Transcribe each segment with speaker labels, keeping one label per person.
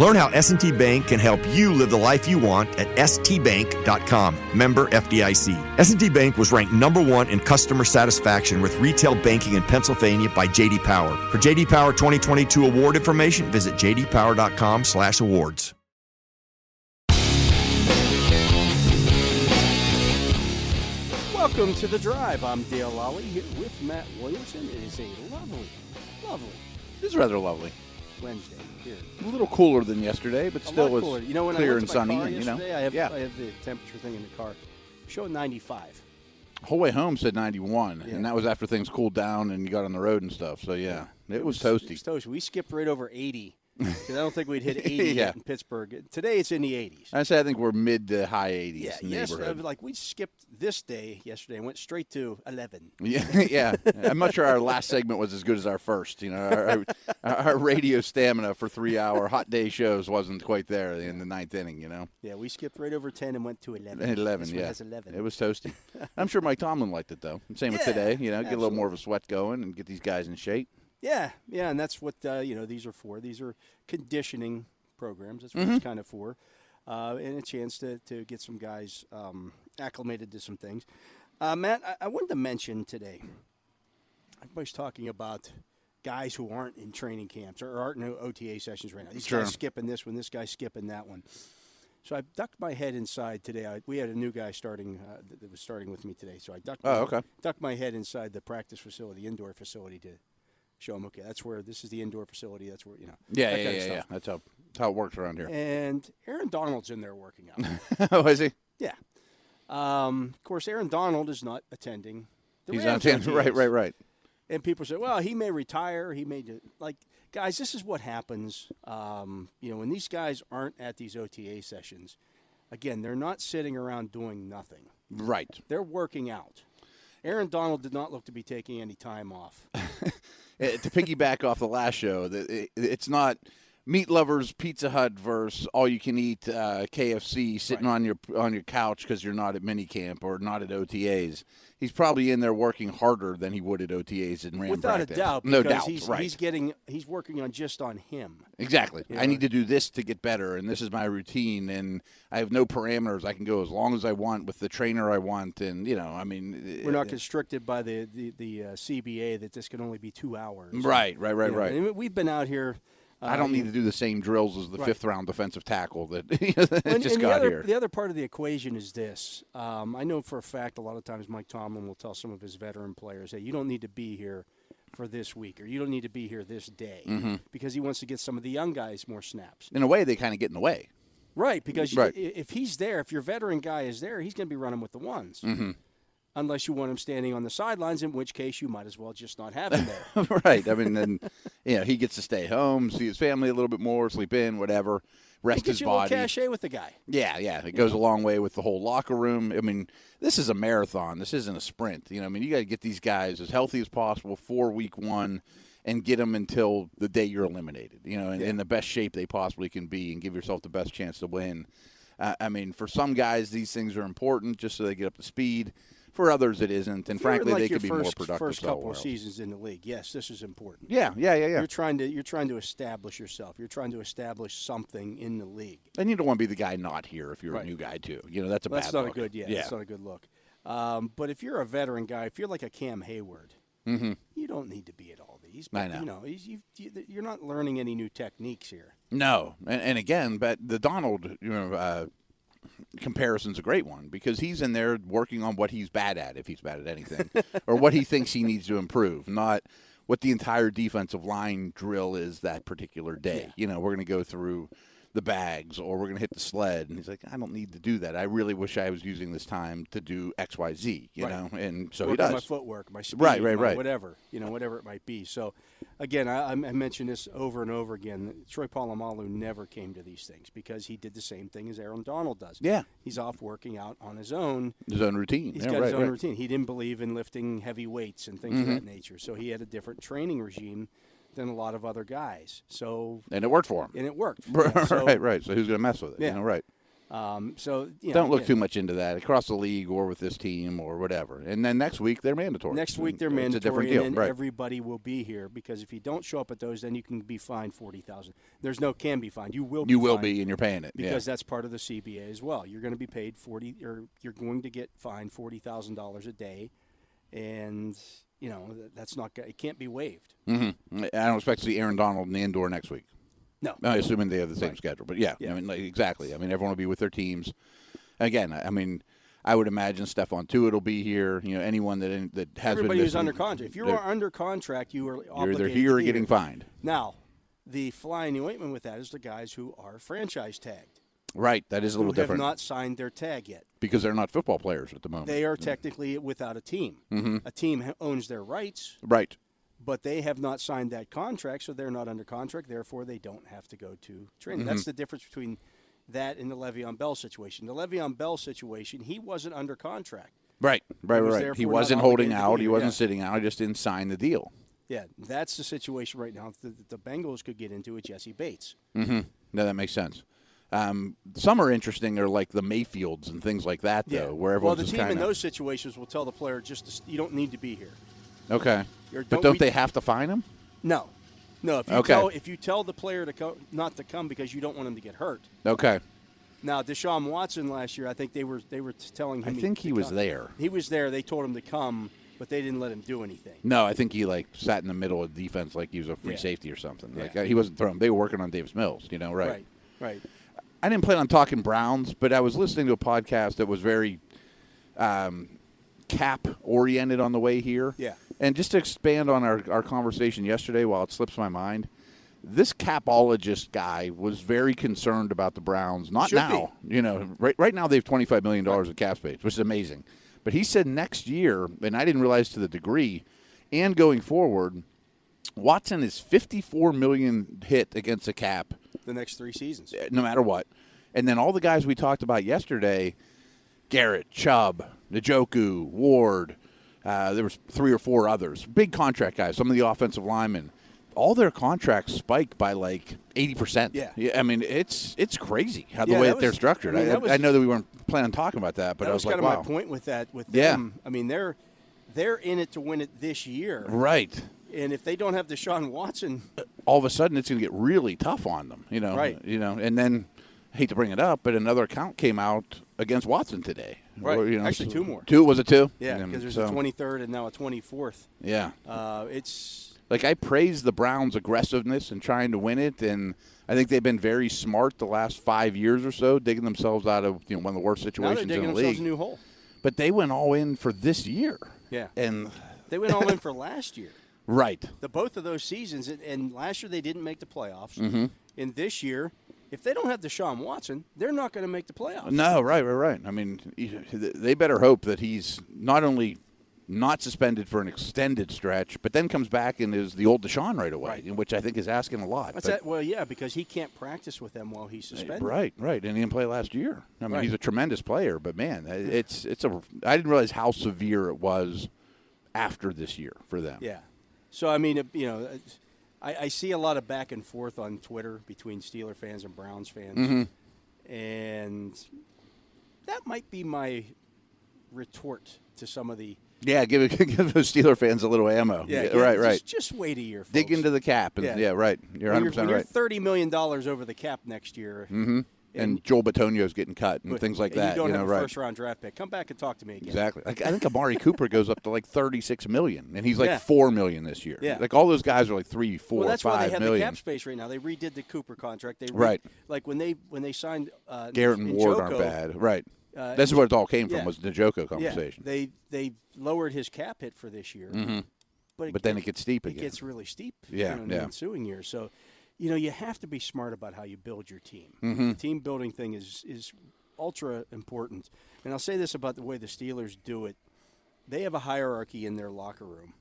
Speaker 1: Learn how S&T Bank can help you live the life you want at stbank.com. Member FDIC. S&T Bank was ranked number 1 in customer satisfaction with retail banking in Pennsylvania by JD Power. For JD Power 2022 award information, visit jdpower.com/awards.
Speaker 2: Welcome to The Drive. I'm Dale Lally here with Matt Williamson. It is a lovely, lovely
Speaker 3: It is rather lovely.
Speaker 2: Wednesday here.
Speaker 3: A little cooler than yesterday, but
Speaker 2: A
Speaker 3: still
Speaker 2: lot
Speaker 3: was
Speaker 2: cooler. You know, when I
Speaker 3: clear
Speaker 2: went
Speaker 3: and
Speaker 2: to my
Speaker 3: sunny.
Speaker 2: car
Speaker 3: and, you know,
Speaker 2: yesterday, I have,
Speaker 3: yeah,
Speaker 2: I have the temperature thing in the car. Showing 95.
Speaker 3: whole way home said 91,
Speaker 2: Yeah.
Speaker 3: and that was after things cooled down and you got on the road and stuff. So yeah, it was
Speaker 2: It was
Speaker 3: toasty.
Speaker 2: toasty. We skipped right over 80 because I don't think we'd hit 80
Speaker 3: Yeah.
Speaker 2: yet in Pittsburgh. Today it's in the 80s.
Speaker 3: I say I think we're mid to high 80s
Speaker 2: yeah,
Speaker 3: in the
Speaker 2: yesterday,
Speaker 3: neighborhood.
Speaker 2: like we skipped this day yesterday and went straight to 11.
Speaker 3: Yeah, yeah. I'm not sure our last segment was as good as our first. You know, our, our, our radio stamina for three-hour hot day shows wasn't quite there in the ninth inning. You know,
Speaker 2: Yeah, we skipped right over 10 and went to 11.
Speaker 3: And eleven.
Speaker 2: This one
Speaker 3: yeah,
Speaker 2: has 11.
Speaker 3: it was toasty. I'm sure Mike Tomlin liked it though. Same with
Speaker 2: Yeah,
Speaker 3: today. You know, get a little more of a sweat going and get these guys in shape.
Speaker 2: Yeah, yeah, and that's what uh, you know. These are for. These are conditioning programs. That's what
Speaker 3: Mm-hmm.
Speaker 2: it's kind of for, uh, and a chance to, to get some guys um, acclimated to some things. Uh, Matt, I, I wanted to mention today. Everybody's talking about guys who aren't in training camps or aren't in OTA sessions right now. These
Speaker 3: Sure.
Speaker 2: guys skipping this one. This guy's skipping that one. So I ducked my head inside today. I, we had a new guy starting uh, that- that was starting with me today. So I ducked.
Speaker 3: Oh,
Speaker 2: my,
Speaker 3: okay.
Speaker 2: Ducked my head inside the practice facility, indoor facility, to show them. Okay, that's where this is the indoor facility. That's where you know.
Speaker 3: Yeah,
Speaker 2: that
Speaker 3: yeah,
Speaker 2: kind
Speaker 3: yeah,
Speaker 2: of
Speaker 3: yeah.
Speaker 2: stuff.
Speaker 3: That's how that's how it works around here.
Speaker 2: And Aaron Donald's in there working out.
Speaker 3: oh, is he?
Speaker 2: yeah. Um, of course, Aaron Donald is not attending. The
Speaker 3: He's on
Speaker 2: Rams
Speaker 3: ten. Right,
Speaker 2: OTAs.
Speaker 3: right, right.
Speaker 2: And people say, well, he may retire. He may do, like guys. This is what happens. Um, you know, when these guys aren't at these OTA sessions, again, they're not sitting around doing nothing.
Speaker 3: Right.
Speaker 2: They're working out. Aaron Donald did not look to be taking any time off.
Speaker 3: Uh, to piggyback off the last show, the- it, it's not meat lovers Pizza Hut versus all you can eat uh, KFC sitting on your on your couch because you're not at minicamp or not at OTAs. He's probably in there working harder than he would at OTAs and Ram
Speaker 2: Without
Speaker 3: practice.
Speaker 2: a doubt,
Speaker 3: no
Speaker 2: because
Speaker 3: doubt,
Speaker 2: He's,
Speaker 3: right?
Speaker 2: he's getting he's working on just on him.
Speaker 3: Exactly. I need to do this to get better, and this is my routine, and I have no parameters. I can go as long as I want with the trainer I want, and you know, I mean,
Speaker 2: We're not
Speaker 3: uh,
Speaker 2: constricted by the the, the uh, CBA that this can only be two hours.
Speaker 3: Right, right, right,
Speaker 2: You know,
Speaker 3: right.
Speaker 2: and we've been out here. Uh,
Speaker 3: I don't need to do the same drills as the
Speaker 2: Right.
Speaker 3: fifth round defensive tackle that that
Speaker 2: and,
Speaker 3: just
Speaker 2: and
Speaker 3: got
Speaker 2: the other,
Speaker 3: here.
Speaker 2: The other part of the equation is this. Um, I know for a fact a lot of times Mike Tomlin will tell some of his veteran players, hey, you don't need to be here for this week or you don't need to be here this day
Speaker 3: Mm-hmm.
Speaker 2: because he wants to get some of the young guys more snaps.
Speaker 3: In a way, they kind of get in the way.
Speaker 2: Right, because you-
Speaker 3: Right.
Speaker 2: i if he's there, if your veteran guy is there, he's going to be running with the ones.
Speaker 3: Mm-hmm.
Speaker 2: Unless you want him standing on the sidelines, in which case you might as well just not have him there.
Speaker 3: right. I mean, then you know he gets to stay home, see his family a little bit more, sleep in, whatever,
Speaker 2: it
Speaker 3: rest
Speaker 2: gets
Speaker 3: his
Speaker 2: you a little
Speaker 3: body.
Speaker 2: cachet with the guy.
Speaker 3: Yeah, yeah, it goes a long way with the whole locker room. I mean, this is a marathon. This isn't a sprint. You know, I mean, you got to get these guys as healthy as possible for week one, and get them until the day you're eliminated. You know, in, in the best shape they possibly can be, and give yourself the best chance to win. Uh, I mean, for some guys, these things are important just so they get up to speed. For others, it isn't, and
Speaker 2: If you're in,
Speaker 3: frankly,
Speaker 2: like,
Speaker 3: they
Speaker 2: your
Speaker 3: could be more
Speaker 2: first,
Speaker 3: productive.
Speaker 2: First couple
Speaker 3: somewhere
Speaker 2: of
Speaker 3: else.
Speaker 2: seasons in the league, yes, this is important.
Speaker 3: Yeah, yeah, yeah, yeah.
Speaker 2: You're trying to you're trying to establish yourself. You're trying to establish something in the league.
Speaker 3: And you don't want to be the guy not here if you're
Speaker 2: Right.
Speaker 3: a new guy too. You know, that's a
Speaker 2: Well,
Speaker 3: bad.
Speaker 2: that's not
Speaker 3: look.
Speaker 2: a good yeah,
Speaker 3: Yeah.
Speaker 2: That's not a good look. Um, but if you're a veteran guy, if you're like a Cam Hayward, you don't need to be at all these. But,
Speaker 3: Mm-hmm. I know.
Speaker 2: You know, he's- you, you, you're not learning any new techniques here.
Speaker 3: No, and, and again, but the Donald you know, uh, comparison's a great one because he's in there working on what he's bad at, if he's bad at anything, or what he thinks he needs to improve, not what the entire defensive line drill is that particular day. You know, we're going to go through the bags or we're going to hit the sled, and he's like, I don't need to do that. I really wish I was using this time to do X, Y, Z. You know, and so he
Speaker 2: Work
Speaker 3: does.
Speaker 2: on my footwork, my speed,
Speaker 3: Right, right,
Speaker 2: my
Speaker 3: right.
Speaker 2: whatever you know, whatever it might be. So, again, I, I mentioned this over and over again. Troy Polamalu never came to these things because he did the same thing as Aaron Donald does.
Speaker 3: Yeah.
Speaker 2: he's off working out on his own.
Speaker 3: His own routine.
Speaker 2: He's
Speaker 3: yeah,
Speaker 2: got
Speaker 3: right,
Speaker 2: his own
Speaker 3: right. Mm-hmm.
Speaker 2: routine. He didn't believe in lifting heavy weights and things of that nature, so he had a different training regime than a lot of other guys. So,
Speaker 3: and it worked for him.
Speaker 2: and it worked.
Speaker 3: right,
Speaker 2: so,
Speaker 3: right. So who's going to mess with it?
Speaker 2: Yeah.
Speaker 3: You know, right.
Speaker 2: Um, so you know,
Speaker 3: Don't look
Speaker 2: yeah.
Speaker 3: too much into that across the league or with this team or whatever. And then next week they're mandatory.
Speaker 2: Next week
Speaker 3: And
Speaker 2: they're
Speaker 3: It's
Speaker 2: mandatory,
Speaker 3: a different
Speaker 2: and
Speaker 3: deal,
Speaker 2: then
Speaker 3: right?
Speaker 2: everybody will be here because if you don't show up at those, then you can be fined forty thousand. There's no can be fined. You will. Be
Speaker 3: you will
Speaker 2: fined
Speaker 3: be, and you're paying it.
Speaker 2: because
Speaker 3: yeah.
Speaker 2: that's part of the CBA as well. You're going to be paid forty, or you're going to get fined forty thousand dollars a day, and you know th- that's not. go- It can't be waived.
Speaker 3: Mhm. I don't expect to see Aaron Donald in the indoor next week.
Speaker 2: No.
Speaker 3: I assuming they have the same schedule, but yeah,
Speaker 2: Yeah.
Speaker 3: I mean, like, exactly. I mean, everyone will be with their teams. Again, I I mean, I would imagine Stephon Tuitt will be here. You know, anyone that that has
Speaker 2: Everybody
Speaker 3: been
Speaker 2: who's under
Speaker 3: missing,
Speaker 2: contract. If you're
Speaker 3: they're-
Speaker 2: under contract, you are
Speaker 3: you're
Speaker 2: obligated
Speaker 3: either here
Speaker 2: to
Speaker 3: or
Speaker 2: be
Speaker 3: getting fined.
Speaker 2: Now, the fly in the ointment with that is the guys who are franchise tagged,
Speaker 3: Right, that is a
Speaker 2: who
Speaker 3: little
Speaker 2: have
Speaker 3: different
Speaker 2: not signed their tag yet.
Speaker 3: because they're not football players at the moment.
Speaker 2: They are technically without a team.
Speaker 3: Mm-hmm.
Speaker 2: A team ha- owns their rights,
Speaker 3: right.
Speaker 2: but they have not signed that contract, so they're not under contract. Therefore, they don't have to go to training. That's
Speaker 3: Mm-hmm.
Speaker 2: the difference between that and the Le'Veon Bell situation. The Le'Veon Bell situation, he wasn't under contract.
Speaker 3: Right, right,
Speaker 2: was
Speaker 3: right.
Speaker 2: therefore
Speaker 3: He
Speaker 2: not
Speaker 3: wasn't holding
Speaker 2: obligated to
Speaker 3: out.
Speaker 2: be
Speaker 3: He
Speaker 2: here,
Speaker 3: wasn't
Speaker 2: yeah.
Speaker 3: sitting out. He just didn't sign the deal.
Speaker 2: Yeah, that's the situation right now that the Bengals could get into with Jesse Bates.
Speaker 3: No, that makes sense. Um, some are interesting, are like the Mayfields and things like that, though, where
Speaker 2: well,
Speaker 3: everyone's
Speaker 2: the
Speaker 3: just
Speaker 2: team
Speaker 3: kind
Speaker 2: in
Speaker 3: of
Speaker 2: those situations will tell the player just to, s- you don't need to be here.
Speaker 3: okay.
Speaker 2: Or
Speaker 3: but
Speaker 2: don't
Speaker 3: don't
Speaker 2: we-
Speaker 3: they have to fine him?
Speaker 2: No, no. If you
Speaker 3: Okay.
Speaker 2: tell if you tell the player to co- not to come because you don't want him to get hurt.
Speaker 3: Okay,
Speaker 2: Now, Deshaun Watson last year, I think they were they were t- telling
Speaker 3: I
Speaker 2: him.
Speaker 3: think
Speaker 2: to
Speaker 3: he was
Speaker 2: come.
Speaker 3: there.
Speaker 2: He was there. They told him to come, but they didn't let him do anything.
Speaker 3: No, I think he like sat in the middle of defense, like he was a free
Speaker 2: Yeah.
Speaker 3: safety or something. Like
Speaker 2: Yeah.
Speaker 3: uh, he wasn't throwing. They were working on Davis Mills, you know, right?
Speaker 2: right, right.
Speaker 3: I didn't plan on talking Browns, but I was listening to a podcast that was very cap oriented on the way here.
Speaker 2: Yeah.
Speaker 3: And just to expand on our, our conversation yesterday while it slips my mind, this capologist guy was very concerned about the Browns. Not
Speaker 2: Should
Speaker 3: now. You know, right right now they have twenty five million dollars of cap space, which is amazing. But he said next year, and I didn't realize to the degree, and going forward, Watson is fifty four million hit against the cap
Speaker 2: The next three seasons.
Speaker 3: no matter what. And then all the guys we talked about yesterday, Garrett, Chubb, Njoku, Ward, uh, there was three or four others, big contract guys, some of the offensive linemen, all their contracts spike by like 80%.
Speaker 2: Yeah.
Speaker 3: I mean, it's it's crazy how the
Speaker 2: Yeah,
Speaker 3: way
Speaker 2: that
Speaker 3: that, they're
Speaker 2: was-
Speaker 3: structured.
Speaker 2: I
Speaker 3: I,
Speaker 2: mean, that was-
Speaker 3: I know that we weren't planning on talking about that, but
Speaker 2: that
Speaker 3: I
Speaker 2: was,
Speaker 3: was, like,
Speaker 2: kind of
Speaker 3: wow.
Speaker 2: my point with that. With
Speaker 3: Yeah.
Speaker 2: them, I mean they're they're in it to win it this year,
Speaker 3: Right.
Speaker 2: and if they don't have Deshaun Watson,
Speaker 3: all of a sudden it's going to get really tough on them, you know.
Speaker 2: Right.
Speaker 3: You know, and then hate to bring it up, but another account came out against Watson today.
Speaker 2: Right.
Speaker 3: Or, you know,
Speaker 2: Actually,
Speaker 3: so-
Speaker 2: two more.
Speaker 3: Two was it two?
Speaker 2: yeah,
Speaker 3: And
Speaker 2: because there's
Speaker 3: so-
Speaker 2: a 23rd and now a 24th.
Speaker 3: Yeah.
Speaker 2: Uh, it's
Speaker 3: Like I praise the Browns' aggressiveness and trying to win it, and I think they've been very smart the last five years or so, digging themselves out of you know one of the worst
Speaker 2: now they're
Speaker 3: situations
Speaker 2: digging
Speaker 3: in the
Speaker 2: themselves
Speaker 3: league.
Speaker 2: a new hole.
Speaker 3: but they went all in for this year.
Speaker 2: Yeah.
Speaker 3: And
Speaker 2: They went all in for last year.
Speaker 3: right.
Speaker 2: the both of those seasons, and, and last year they didn't make the playoffs.
Speaker 3: Mm-hmm.
Speaker 2: And this year, if they don't have Deshaun Watson, they're not going to make the playoffs.
Speaker 3: No, right, right, right. I mean, you- they better hope that he's not only not suspended for an extended stretch, but then comes back and is the old Deshaun right away,
Speaker 2: Right.
Speaker 3: which I think is asking a lot.
Speaker 2: What's
Speaker 3: But-
Speaker 2: that? Well, yeah, because he can't practice with them while he's suspended.
Speaker 3: Right, right, and he didn't play last year. I mean,
Speaker 2: Right.
Speaker 3: he's a tremendous player, but man, it's it's a. I didn't realize how severe it was after this year for them.
Speaker 2: Yeah. So I mean, it- you know, it's- I, I see a lot of back and forth on Twitter between Steeler fans and Browns fans,
Speaker 3: Mm-hmm.
Speaker 2: and that might be my retort to some of the
Speaker 3: Yeah, give give those Steeler fans a little ammo. right,
Speaker 2: just-
Speaker 3: right.
Speaker 2: Just wait a year. Folks.
Speaker 3: Dig into the cap, and yeah,
Speaker 2: Yeah.
Speaker 3: right.
Speaker 2: When you're,
Speaker 3: You're 100
Speaker 2: when
Speaker 3: percent
Speaker 2: you're
Speaker 3: right. Mm-hmm.
Speaker 2: thirty million dollars over the cap next year,
Speaker 3: and Joel Batonio's getting cut and
Speaker 2: but-
Speaker 3: things like
Speaker 2: and
Speaker 3: that.
Speaker 2: You don't
Speaker 3: know,
Speaker 2: have a
Speaker 3: right?
Speaker 2: first round draft pick. Come back and talk to me again.
Speaker 3: Exactly. Like, I think Amari Cooper goes up to like 36 million, and he's like
Speaker 2: Yeah.
Speaker 3: four million this year.
Speaker 2: Yeah.
Speaker 3: Like all those guys are like three, four,
Speaker 2: Well, that's why
Speaker 3: five
Speaker 2: they have
Speaker 3: million.
Speaker 2: the cap space right now. They redid the Cooper contract. They re-
Speaker 3: Right.
Speaker 2: like when they when they signed uh,
Speaker 3: Garrett and Ward aren't
Speaker 2: Njoko,
Speaker 3: bad, right?
Speaker 2: uh,
Speaker 3: this is where it all came from
Speaker 2: yeah.
Speaker 3: was the Joko
Speaker 2: Yeah,
Speaker 3: conversation.
Speaker 2: they they lowered his cap hit for this year, but,
Speaker 3: Mm-hmm. but then it gets steep
Speaker 2: it
Speaker 3: again.
Speaker 2: gets really steep.
Speaker 3: Yeah,
Speaker 2: you know, in the
Speaker 3: yeah.
Speaker 2: ensuing year. So, you know, you have to be smart about how you build your team.
Speaker 3: Mm-hmm.
Speaker 2: The team building thing is is ultra important. And I'll say this about the way the Steelers do it: they have a hierarchy in their locker room.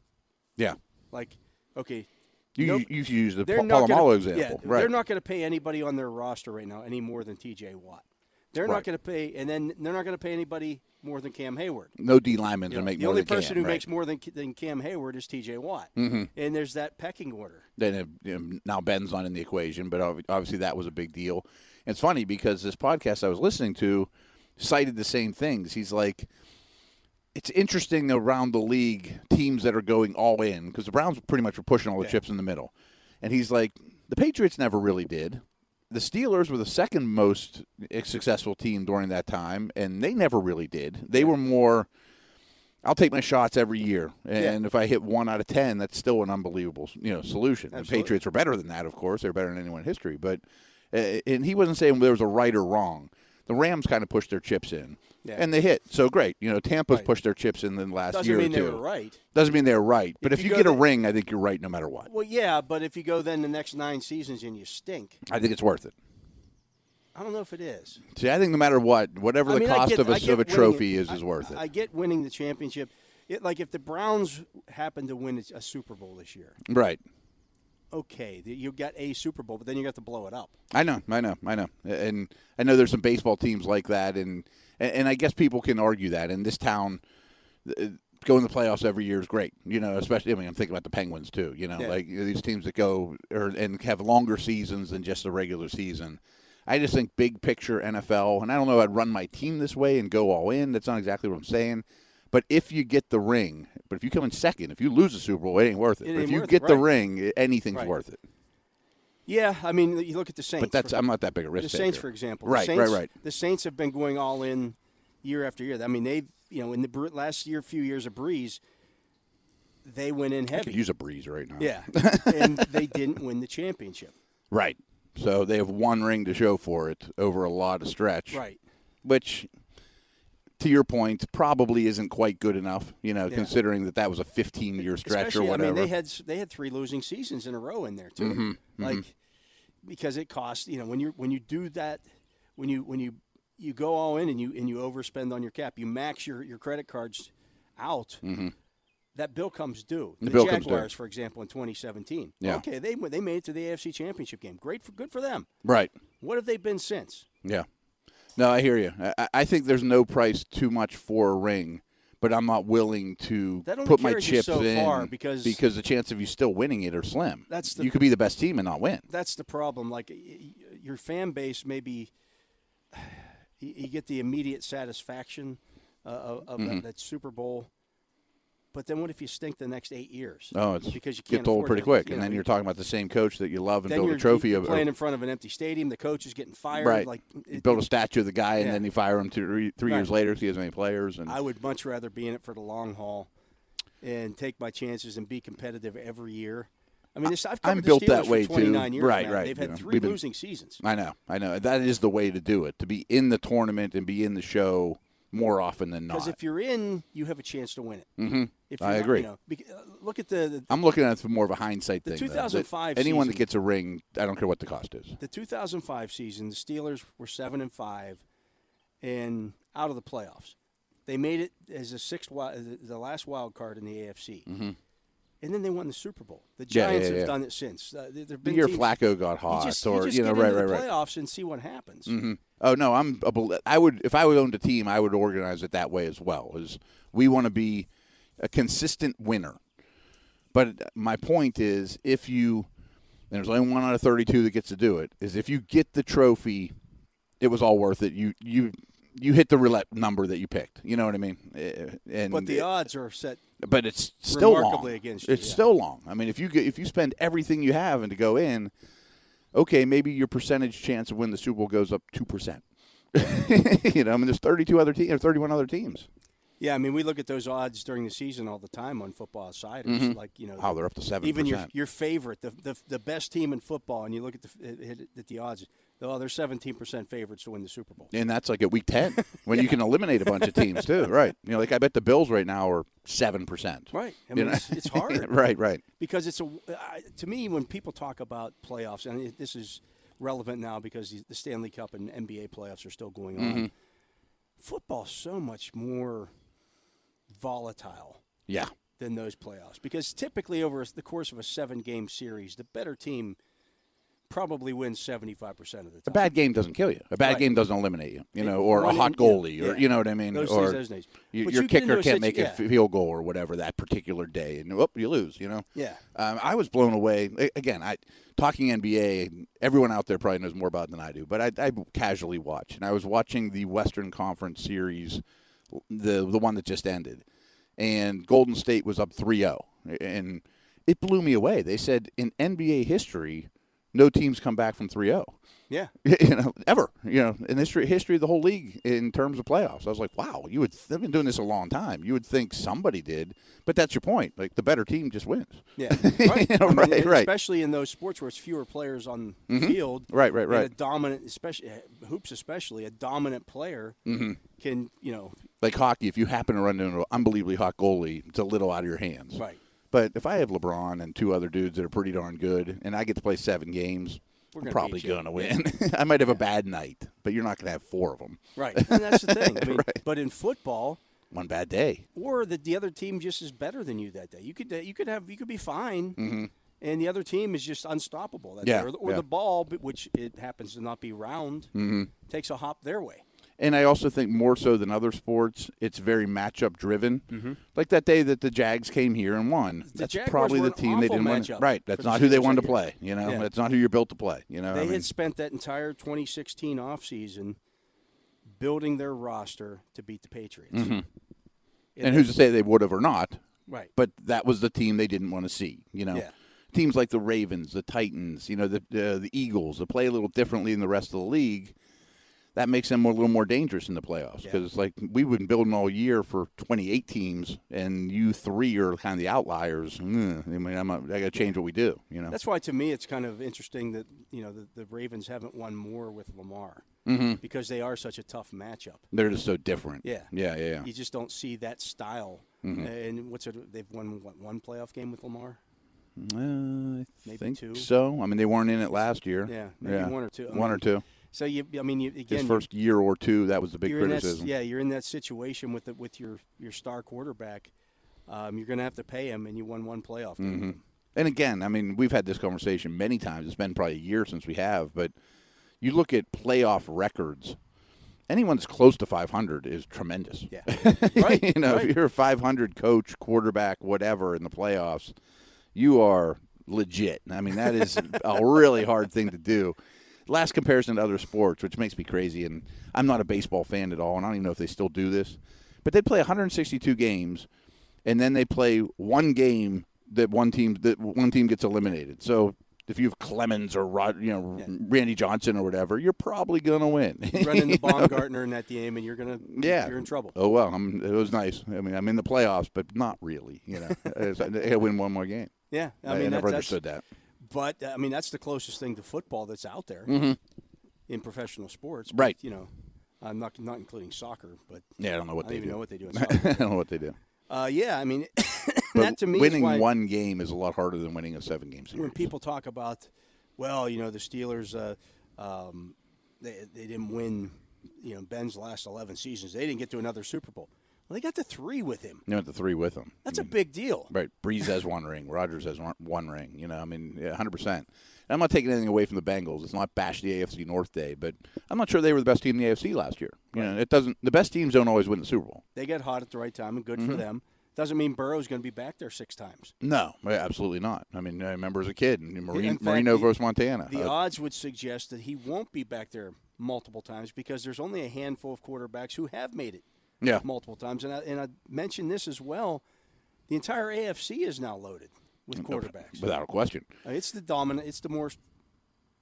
Speaker 3: yeah,
Speaker 2: Like, okay,
Speaker 3: you
Speaker 2: Nope.
Speaker 3: you use the
Speaker 2: they're
Speaker 3: Pa-
Speaker 2: not
Speaker 3: Palomalo
Speaker 2: gonna,
Speaker 3: example,
Speaker 2: yeah,
Speaker 3: right?
Speaker 2: They're not going to pay anybody on their roster right now any more than T.J. Watt. They're
Speaker 3: Right.
Speaker 2: not going to pay, and then they're not going to pay anybody more than Cam Hayward.
Speaker 3: no D linemen to
Speaker 2: You know,
Speaker 3: make
Speaker 2: the
Speaker 3: more
Speaker 2: only
Speaker 3: than
Speaker 2: person who
Speaker 3: Cam, right. Mm-hmm.
Speaker 2: makes more than than Cam Hayward is T.J. Watt, and there's that pecking order.
Speaker 3: then uh, you know, now Ben's not in the equation, but ob- obviously that was a big deal. And it's funny because this podcast I was listening to cited the same things. He's like, it's interesting around the league teams that are going all in because the Browns pretty much were pushing all the chips in the middle, and he's like, the Patriots never really did. The Steelers were the second most successful team during that time, and they never really did. They were more. I'll take my shots every year, and if I hit one out of ten, that's still an unbelievable, you know, solution. The Patriots were better than that, of course. They're better than anyone in history, but uh, and he wasn't saying there was a right or wrong. The Rams kind of pushed their chips in,
Speaker 2: Yeah.
Speaker 3: and they hit. So great, you know, Tampa's pushed their chips in the last
Speaker 2: Doesn't
Speaker 3: year
Speaker 2: mean
Speaker 3: or
Speaker 2: they
Speaker 3: two.
Speaker 2: were right.
Speaker 3: Doesn't mean they're right, but if,
Speaker 2: If
Speaker 3: you,
Speaker 2: you go
Speaker 3: get a
Speaker 2: the-
Speaker 3: ring, I think you're right no matter what.
Speaker 2: Well, yeah, but if you go then the next nine seasons and you stink,
Speaker 3: I think it's worth it.
Speaker 2: I don't know if it is.
Speaker 3: See, I think no matter what, whatever
Speaker 2: I
Speaker 3: the
Speaker 2: mean, I
Speaker 3: cost
Speaker 2: get-
Speaker 3: of
Speaker 2: I
Speaker 3: a,
Speaker 2: get
Speaker 3: of a
Speaker 2: winning
Speaker 3: trophy
Speaker 2: it.
Speaker 3: is, is worth it.
Speaker 2: I get winning the championship. It, like if the Browns happen to win a Super Bowl this year,
Speaker 3: right.
Speaker 2: okay, th- you got a Super Bowl, but then you got to blow it up.
Speaker 3: I know, I know, I know, and I know there's some baseball teams like that, and and, and I guess people can argue that. And this town, uh, going to the playoffs every year is great, you know. Especially, I mean, I'm thinking about the Penguins too. You know,
Speaker 2: Yeah.
Speaker 3: like you know, these teams that go or and have longer seasons than just the regular season. I just think big picture NFL, and I don't know. I'd run my team this way and go all in. That's not exactly what I'm saying. But if you get the ring, but if you come in second, if you lose the Super Bowl, it ain't worth it.
Speaker 2: It
Speaker 3: but if
Speaker 2: ain't
Speaker 3: you
Speaker 2: worth it,
Speaker 3: get the
Speaker 2: right.
Speaker 3: ring, anything's
Speaker 2: Right.
Speaker 3: worth it.
Speaker 2: Yeah, I mean, you look at the Saints.
Speaker 3: But that's
Speaker 2: for-
Speaker 3: I'm not that big a risk.
Speaker 2: the Saints,
Speaker 3: taker.
Speaker 2: for example.
Speaker 3: Right,
Speaker 2: the Saints,
Speaker 3: right, right.
Speaker 2: The Saints have been going all in year after year. I mean, they've you know in the br- last year, few years of Breeze, they went in
Speaker 3: could
Speaker 2: heavy.
Speaker 3: use a breeze right now.
Speaker 2: yeah, and they didn't win the championship.
Speaker 3: Right. So they have one ring to show for it over a lot of stretch.
Speaker 2: Right.
Speaker 3: Which, to your point, probably isn't quite good enough, you know, considering that that was a 15 year stretch
Speaker 2: Especially,
Speaker 3: or whatever. Mm-hmm,
Speaker 2: I mean, they had s- they had three losing seasons in a row in there too. Like because it costs. You know, when you when you do that, when you when you you go all in and you and you overspend on your cap, you max your your credit cards out. That bill comes due. The,
Speaker 3: Mm-hmm. bill comes due.
Speaker 2: Jaguars, for example, in 2017.
Speaker 3: Yeah.
Speaker 2: Okay, they they made it to the AFC Championship game. Great for good for them.
Speaker 3: right.
Speaker 2: What have they been since?
Speaker 3: Yeah. No, I hear you. I- I, I think there's no price too much for a ring, but I'm not willing to
Speaker 2: That only
Speaker 3: put my
Speaker 2: carries you
Speaker 3: chips
Speaker 2: so
Speaker 3: in
Speaker 2: far because-
Speaker 3: because the chance of you still winning it are slim.
Speaker 2: That's the-
Speaker 3: you could be the best team and not win.
Speaker 2: that's the problem. Like y- y- your fan base, maybe you you get the immediate satisfaction uh, of, of
Speaker 3: Mm-hmm.
Speaker 2: that, that Super Bowl, but then what if you stink the next eight years?
Speaker 3: Oh, it's
Speaker 2: because you
Speaker 3: gets
Speaker 2: can't
Speaker 3: old
Speaker 2: afford
Speaker 3: pretty
Speaker 2: to-
Speaker 3: quick,
Speaker 2: you
Speaker 3: and
Speaker 2: know,
Speaker 3: then you're talking about the same coach that you love and
Speaker 2: then
Speaker 3: build
Speaker 2: you're,
Speaker 3: a trophy
Speaker 2: you're
Speaker 3: of,
Speaker 2: playing
Speaker 3: or-
Speaker 2: in front of an empty stadium. The coach is getting fired.
Speaker 3: right.
Speaker 2: Like
Speaker 3: you
Speaker 2: it-
Speaker 3: build a statue of the guy, and
Speaker 2: yeah.
Speaker 3: then you fire him two, three years
Speaker 2: Right.
Speaker 3: later. if He has any players, and
Speaker 2: I would much rather be in it for the long haul and take my chances and be competitive every year. I mean, this, I've
Speaker 3: I'm
Speaker 2: covered the
Speaker 3: built
Speaker 2: Steelers
Speaker 3: that
Speaker 2: for
Speaker 3: way, too.
Speaker 2: 29 years
Speaker 3: Right,
Speaker 2: now.
Speaker 3: right,
Speaker 2: They've
Speaker 3: you
Speaker 2: had
Speaker 3: know,
Speaker 2: 3
Speaker 3: we've been-
Speaker 2: losing seasons.
Speaker 3: I know, I know. That is the way to do it: to be in the tournament and be in the show more often than not.
Speaker 2: Because if you're in, you have a chance to win it. Mm-hmm. If you're
Speaker 3: I
Speaker 2: not,
Speaker 3: agree.
Speaker 2: You know, bec- uh, look at the, the
Speaker 3: I'm looking at it from more of a hindsight
Speaker 2: The
Speaker 3: thing. though, that
Speaker 2: 2005
Speaker 3: anyone that
Speaker 2: season-
Speaker 3: gets a ring, I don't care what the cost is.
Speaker 2: the 2005 season. The Steelers were seven and five, and out of the playoffs. They made it as a sixth, wi- the- the last wild card in the AFC, and then they won the Super Bowl. The
Speaker 3: Mm-hmm. Yeah, yeah,
Speaker 2: Giants
Speaker 3: yeah.
Speaker 2: have done it since. Uh, there have
Speaker 3: The
Speaker 2: been
Speaker 3: year
Speaker 2: teams-
Speaker 3: Flacco got hot,
Speaker 2: you just,
Speaker 3: or
Speaker 2: you, just
Speaker 3: you know,
Speaker 2: get
Speaker 3: right,
Speaker 2: into
Speaker 3: right,
Speaker 2: the
Speaker 3: right.
Speaker 2: playoffs and see what happens.
Speaker 3: Oh no, I'm. A, bel- I would if I owned a team, I would organize it that way as well. Is we want to be a consistent winner. But my point is, if you and there's only one out of 32 that gets to do it, is if you get the trophy it was all worth it. You you you hit the roulette number that you picked. You know what I mean? Eh, And
Speaker 2: But the
Speaker 3: it-
Speaker 2: odds are set.
Speaker 3: but it's still
Speaker 2: Remarkably
Speaker 3: long.
Speaker 2: against you,
Speaker 3: it's
Speaker 2: yeah.
Speaker 3: still long. I mean, if you get, if you spend everything you have and to go in, okay, maybe your percentage chance of win the Super Bowl goes up two percent. you know, I mean, there's 32 other teams or 31 other teams.
Speaker 2: Yeah, I mean, we look at those odds during the season all the time on football outsiders. Like you know,
Speaker 3: Wow, Mm-hmm. Oh, they're up to seven.
Speaker 2: even your
Speaker 3: percent.
Speaker 2: your favorite, the, the the best team in football, and you look at the at, at the odds. Oh, they're seventeen percent favorites to win the Super Bowl.
Speaker 3: and that's like at week 10 when you can eliminate a bunch of teams too, right? You know, like I bet the Bills right now are seven percent.
Speaker 2: Right. I
Speaker 3: You
Speaker 2: mean,
Speaker 3: know?
Speaker 2: it's, it's hard.
Speaker 3: right, right.
Speaker 2: because it's a I- to me when people talk about playoffs and it- this is relevant now because the- the Stanley Cup and NBA playoffs are still going on.
Speaker 3: Mm-hmm.
Speaker 2: Football's so much more volatile
Speaker 3: Yeah.
Speaker 2: than those playoffs because typically over the course of a seven-game series, the better team probably wins seventy-five percent of the
Speaker 3: A
Speaker 2: time.
Speaker 3: bad game doesn't kill you. A bad
Speaker 2: Right.
Speaker 3: game doesn't eliminate you, you know, or a
Speaker 2: One
Speaker 3: hot
Speaker 2: in- yeah,
Speaker 3: goalie, or
Speaker 2: yeah.
Speaker 3: you know what I mean,
Speaker 2: Those
Speaker 3: or
Speaker 2: days, those days.
Speaker 3: you-
Speaker 2: But
Speaker 3: your
Speaker 2: you get into
Speaker 3: kicker
Speaker 2: a
Speaker 3: can't
Speaker 2: situ-
Speaker 3: make a
Speaker 2: yeah.
Speaker 3: field goal or whatever that particular day, and whoop, you lose. You know.
Speaker 2: Yeah.
Speaker 3: Um, I was blown away. A- Again, I talking NBA. Everyone out there probably knows more about it than I do, but I, I casually watch, and I was watching the Western Conference series, the the one that just ended, and Golden State was up 3-0, and it blew me away. They said in NBA history, no teams come back from oh. 3-0
Speaker 2: yeah.
Speaker 3: you know, ever, you know, in history history of the whole league in terms of playoffs. I was like, wow, you would. Th- they've been doing this a long time. You would think somebody did, but that's your point. Like the better team just wins.
Speaker 2: Yeah,
Speaker 3: You
Speaker 2: right, I
Speaker 3: know,
Speaker 2: mean,
Speaker 3: right, right.
Speaker 2: Especially in those sports where it's fewer players on the field.
Speaker 3: Right, right,
Speaker 2: and
Speaker 3: right.
Speaker 2: a dominant, especially uh, hoops, especially a dominant player
Speaker 3: Mm-hmm.
Speaker 2: can you know
Speaker 3: Like hockey, if you happen to run into an unbelievably hot goalie, it's a little out of your hands.
Speaker 2: Right.
Speaker 3: But if I have LeBron and two other dudes that are pretty darn good, and I get to play seven games,
Speaker 2: We're
Speaker 3: I'm
Speaker 2: gonna
Speaker 3: probably
Speaker 2: beat you.
Speaker 3: going to win. I might have a bad night, but you're not going to have four of them.
Speaker 2: right. And that's the thing. I mean,
Speaker 3: Right.
Speaker 2: But in football,
Speaker 3: One bad day.
Speaker 2: or that the other team just is better than you that day. You could uh, you could have you could be fine, and the other team is just unstoppable. That
Speaker 3: Mm-hmm. Yeah,
Speaker 2: day. or, or
Speaker 3: yeah. Mm-hmm.
Speaker 2: the ball, but which it happens to not be round, takes a hop their way.
Speaker 3: And I also think more so than other sports, it's very matchup driven. Like that day that the Jags came here and won. that's
Speaker 2: Mm-hmm. Jaguars
Speaker 3: probably
Speaker 2: were
Speaker 3: the
Speaker 2: an
Speaker 3: team they
Speaker 2: awful
Speaker 3: didn't want.
Speaker 2: matchup
Speaker 3: Right.
Speaker 2: for
Speaker 3: That's
Speaker 2: the
Speaker 3: not who they
Speaker 2: Steelers
Speaker 3: wanted to
Speaker 2: that
Speaker 3: play. You know,
Speaker 2: Yeah.
Speaker 3: that's not who you're built to play. You know,
Speaker 2: They
Speaker 3: I mean,
Speaker 2: had spent that entire 2016 offseason building their roster to beat the Patriots.
Speaker 3: Mm-hmm. and who's to say they would have or not?
Speaker 2: Right.
Speaker 3: But that was the team they didn't want to see. You know,
Speaker 2: Yeah.
Speaker 3: teams like the Ravens, the Titans, you know, the uh, the Eagles, that play a little differently than the rest of the league. That makes them a little more dangerous in the playoffs because it's like we've been building all year for 28 teams, and you three are kind of the outliers. Mm, I mean, I'm a, I got to change what we do. You know,
Speaker 2: That's why, to me, it's kind of interesting that you know the, the Ravens haven't won more with Lamar
Speaker 3: Mm-hmm.
Speaker 2: because they are such a tough matchup.
Speaker 3: they're just so different.
Speaker 2: Yeah.
Speaker 3: yeah, yeah. Mm-hmm. yeah.
Speaker 2: You just don't see that style. And what's it? They've won what one playoff game with Lamar?
Speaker 3: Uh, I
Speaker 2: Maybe
Speaker 3: think
Speaker 2: two.
Speaker 3: so. I mean, they weren't in it last year.
Speaker 2: Yeah, maybe one or two. I
Speaker 3: One
Speaker 2: mean,
Speaker 3: or two.
Speaker 2: So you, I mean, you,
Speaker 3: His
Speaker 2: again,
Speaker 3: first year or two, that was the big
Speaker 2: you're in that,
Speaker 3: criticism.
Speaker 2: yeah, you're in that situation with the, with your your star quarterback. Um, you're going to have to pay him, and you won one playoff game. with
Speaker 3: Mm-hmm.
Speaker 2: him.
Speaker 3: And again, I mean, we've had this conversation many times. It's been probably a year since we have, but you look at playoff records. Anyone that's close to 500 is tremendous.
Speaker 2: Yeah,
Speaker 3: you
Speaker 2: right.
Speaker 3: know,
Speaker 2: right.
Speaker 3: if you're a 500 coach, quarterback, whatever in the playoffs, you are legit. I mean, that is a really hard thing to do. Last comparison to other sports, which makes me crazy, and I'm not a baseball fan at all, and I don't even know if they still do this, but they play 162 games, and then they play one game that one team that one team gets eliminated. So. If you have Clemens or Rod, you know Randy Johnson or whatever, you're probably gonna win.
Speaker 2: running the Baumgartner in that game, and you're gonna
Speaker 3: Yeah,
Speaker 2: you're in trouble.
Speaker 3: Oh well, I'm, it was nice. I mean, I'm in the playoffs, but not really. You know, It's like, I win one more game.
Speaker 2: Yeah, I
Speaker 3: I,
Speaker 2: mean
Speaker 3: never
Speaker 2: that's-
Speaker 3: understood that.
Speaker 2: But uh, I mean that's the closest thing to football that's out there in professional sports. but,
Speaker 3: Mm-hmm. Right.
Speaker 2: You know, I'm not not including soccer, but
Speaker 3: Yeah, I don't know what
Speaker 2: I
Speaker 3: they
Speaker 2: don't even
Speaker 3: do.
Speaker 2: know what they do in
Speaker 3: I
Speaker 2: soccer.
Speaker 3: don't know what they do.
Speaker 2: uh, yeah, I mean
Speaker 3: But
Speaker 2: that to me
Speaker 3: winning
Speaker 2: is why
Speaker 3: one game is a lot harder than winning a seven-game series.
Speaker 2: when people talk about, well, you know, the Steelers, uh, um, they they didn't win, you know, Ben's last 11 seasons. They didn't get to another Super Bowl. Well, they got to three with him.
Speaker 3: you know, the three with them.
Speaker 2: That's a big deal.
Speaker 3: Right. Breeze has one ring. Rogers has one- one ring. You know, I mean, yeah, 100%. I'm not taking anything away from the Bengals. It's not bash the AFC North day, but I'm not sure they were the best team in the AFC last year. You know, it doesn't. The best teams don't always win the Super Bowl.
Speaker 2: They got hot at the right time, and good
Speaker 3: Mm-hmm.
Speaker 2: for them. Doesn't mean Burrow's going to be back there six times.
Speaker 3: No, absolutely not. I mean, I remember as a kid, Marino,
Speaker 2: In fact, the-
Speaker 3: Marino versus Montana.
Speaker 2: The
Speaker 3: Uh,
Speaker 2: odds would suggest that he won't be back there multiple times because there's only a handful of quarterbacks who have made it
Speaker 3: Yeah.
Speaker 2: multiple times. And I, and I mentioned this as well. The entire AFC is now loaded with
Speaker 3: Mm,
Speaker 2: quarterbacks.
Speaker 3: Without a question.
Speaker 2: Uh, It's the dominant. It's the more.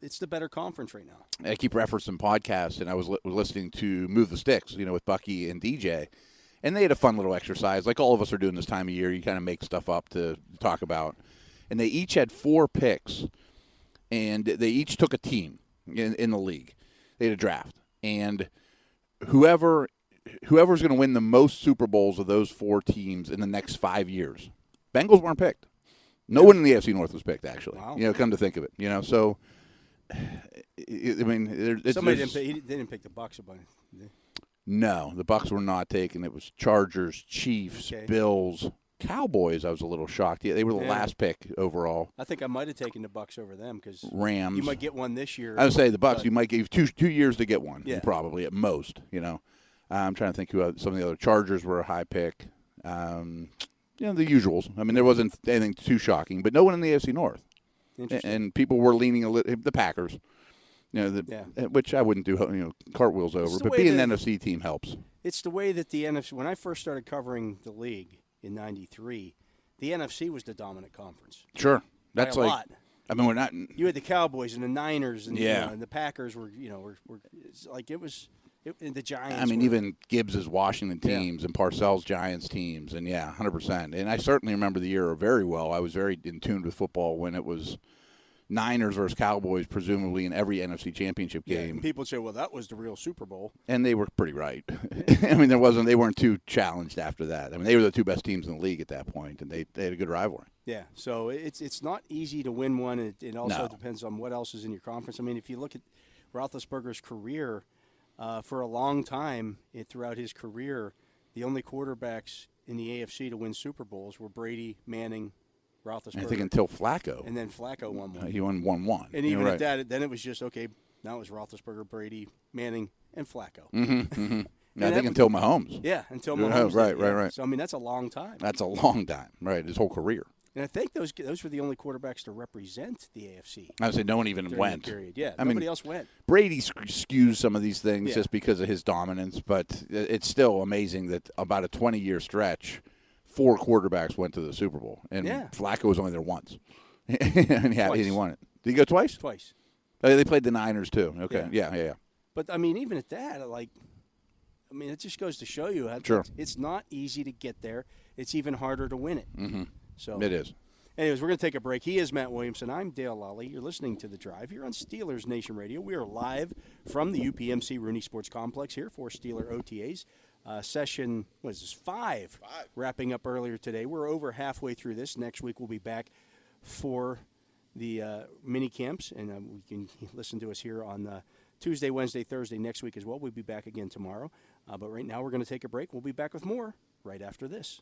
Speaker 2: It's the better conference right now.
Speaker 3: I keep referencing podcasts, and I was li- listening to Move the Sticks, you know, with Bucky and DJ, and they had a fun little exercise, like all of us are doing this time of year. You kind of make stuff up to talk about, and they each had four picks, and they each took a team in, in the league. They had a draft, and whoever whoever's going to win the most Super Bowls of those four teams in the next five years, Bengals weren't picked. No one in the AFC North was picked, actually.
Speaker 2: Wow.
Speaker 3: You know, come to think of it, you know, so. I I mean, there, it's,
Speaker 2: Somebody didn't.
Speaker 3: there's-
Speaker 2: Pick, he didn't- they didn't pick the Bucks. About
Speaker 3: No, the Bucks were not taken. It was Chargers, Chiefs,
Speaker 2: Okay.
Speaker 3: Bills, Cowboys. I was a little shocked. Yeah, they were the
Speaker 2: Yeah.
Speaker 3: last pick overall.
Speaker 2: I think I might have taken the Bucks over them because
Speaker 3: Rams.
Speaker 2: you might get one this year.
Speaker 3: I would say the Bucks. You might give two two years to get one,
Speaker 2: Yeah.
Speaker 3: probably at most. You know, I'm trying to think who oth- some of the other Chargers were a high pick. Um, you know, the usuals. I mean, there wasn't anything too shocking, but no one in the AFC North, A-
Speaker 2: Interesting.
Speaker 3: and people were leaning a little the Packers. You know, the, eh,
Speaker 2: Yeah.
Speaker 3: which I wouldn't do. You know, cartwheels over,
Speaker 2: the
Speaker 3: but
Speaker 2: way
Speaker 3: being
Speaker 2: the-
Speaker 3: an NFC team helps.
Speaker 2: It's the way that the NFC. When I first started covering the league in '93, the NFC was the dominant conference.
Speaker 3: Sure, that's
Speaker 2: a
Speaker 3: like.
Speaker 2: lot.
Speaker 3: I mean, we're not.
Speaker 2: You had the Cowboys and the Niners, and you
Speaker 3: Yeah.
Speaker 2: know, and the Packers were. You know, were, were it's like it was. It, and the Giants.
Speaker 3: I mean,
Speaker 2: were-
Speaker 3: even Gibbs's Washington
Speaker 2: Yeah.
Speaker 3: teams and Parcells Giants teams, and yeah, hundred percent. And I certainly remember the year very well. I was very in tune with football when it was Niners versus Cowboys, presumably in every NFC Championship
Speaker 2: Yeah, and
Speaker 3: game,
Speaker 2: people would say, "Well, that was the real Super Bowl."
Speaker 3: and they were pretty right. I mean, there wasn't they weren't too challenged after that. I mean, they were the two best teams in the league at that point, and they, they had a good rivalry.
Speaker 2: Yeah, so it's it's not easy to win one. It, it also
Speaker 3: No.
Speaker 2: depends on what else is in your conference. I mean, if you look at Roethlisberger's career, uh, for a long time it, throughout his career, the only quarterbacks in the AFC to win Super Bowls were Brady, Manning,
Speaker 3: And
Speaker 2: Roethlisberger,
Speaker 3: I think until Flacco, uh,
Speaker 2: and then Flacco won one.
Speaker 3: he won one one.
Speaker 2: and even at that, then it was just okay. Now it was Roethlisberger, Brady, Manning, and Flacco.
Speaker 3: I
Speaker 2: and
Speaker 3: think
Speaker 2: that-
Speaker 3: until Mahomes.
Speaker 2: Yeah, until
Speaker 3: Yeah,
Speaker 2: Mahomes. did,
Speaker 3: Mm-hmm. right,
Speaker 2: yeah.
Speaker 3: right, right.
Speaker 2: So I mean, that's a long time.
Speaker 3: That's a long time, right? His whole career.
Speaker 2: And I think those those were the only quarterbacks to represent the AFC.
Speaker 3: I would say no one even
Speaker 2: during that
Speaker 3: went.
Speaker 2: period. Yeah,
Speaker 3: I mean,
Speaker 2: nobody else went.
Speaker 3: Brady sc- skews some of these things
Speaker 2: Yeah.
Speaker 3: just because of his dominance, but i- it's still amazing that about a 20 year stretch, four quarterbacks went to the Super Bowl, and
Speaker 2: Yeah.
Speaker 3: Flacco was only there once, and he, had,
Speaker 2: Twice.
Speaker 3: he won it. Did he go twice?
Speaker 2: twice.
Speaker 3: Oh, they played the Niners too. Okay, yeah,
Speaker 2: Yeah.
Speaker 3: yeah, yeah.
Speaker 2: But I mean, even at that, like, I mean, it just goes to show you how
Speaker 3: Sure.
Speaker 2: it's not easy to get there. It's even harder to win it. Mm-hmm. So,
Speaker 3: It is.
Speaker 2: anyways, we're going to take a break. He is Matt Williamson. I'm Dale Lally. You're listening to the Drive here on Steelers Nation Radio. We are live from the UPMC Rooney Sports Complex here for Steeler OTAs. Uh, session what is this five, five wrapping up earlier today. We're over halfway through this. Next week we'll be back for the uh, mini camps, and um, we can listen to us here on uh, Tuesday, Wednesday, Thursday next week as well. We'll be back again tomorrow, uh, but right now we're going to take a break. We'll be back with more right after this.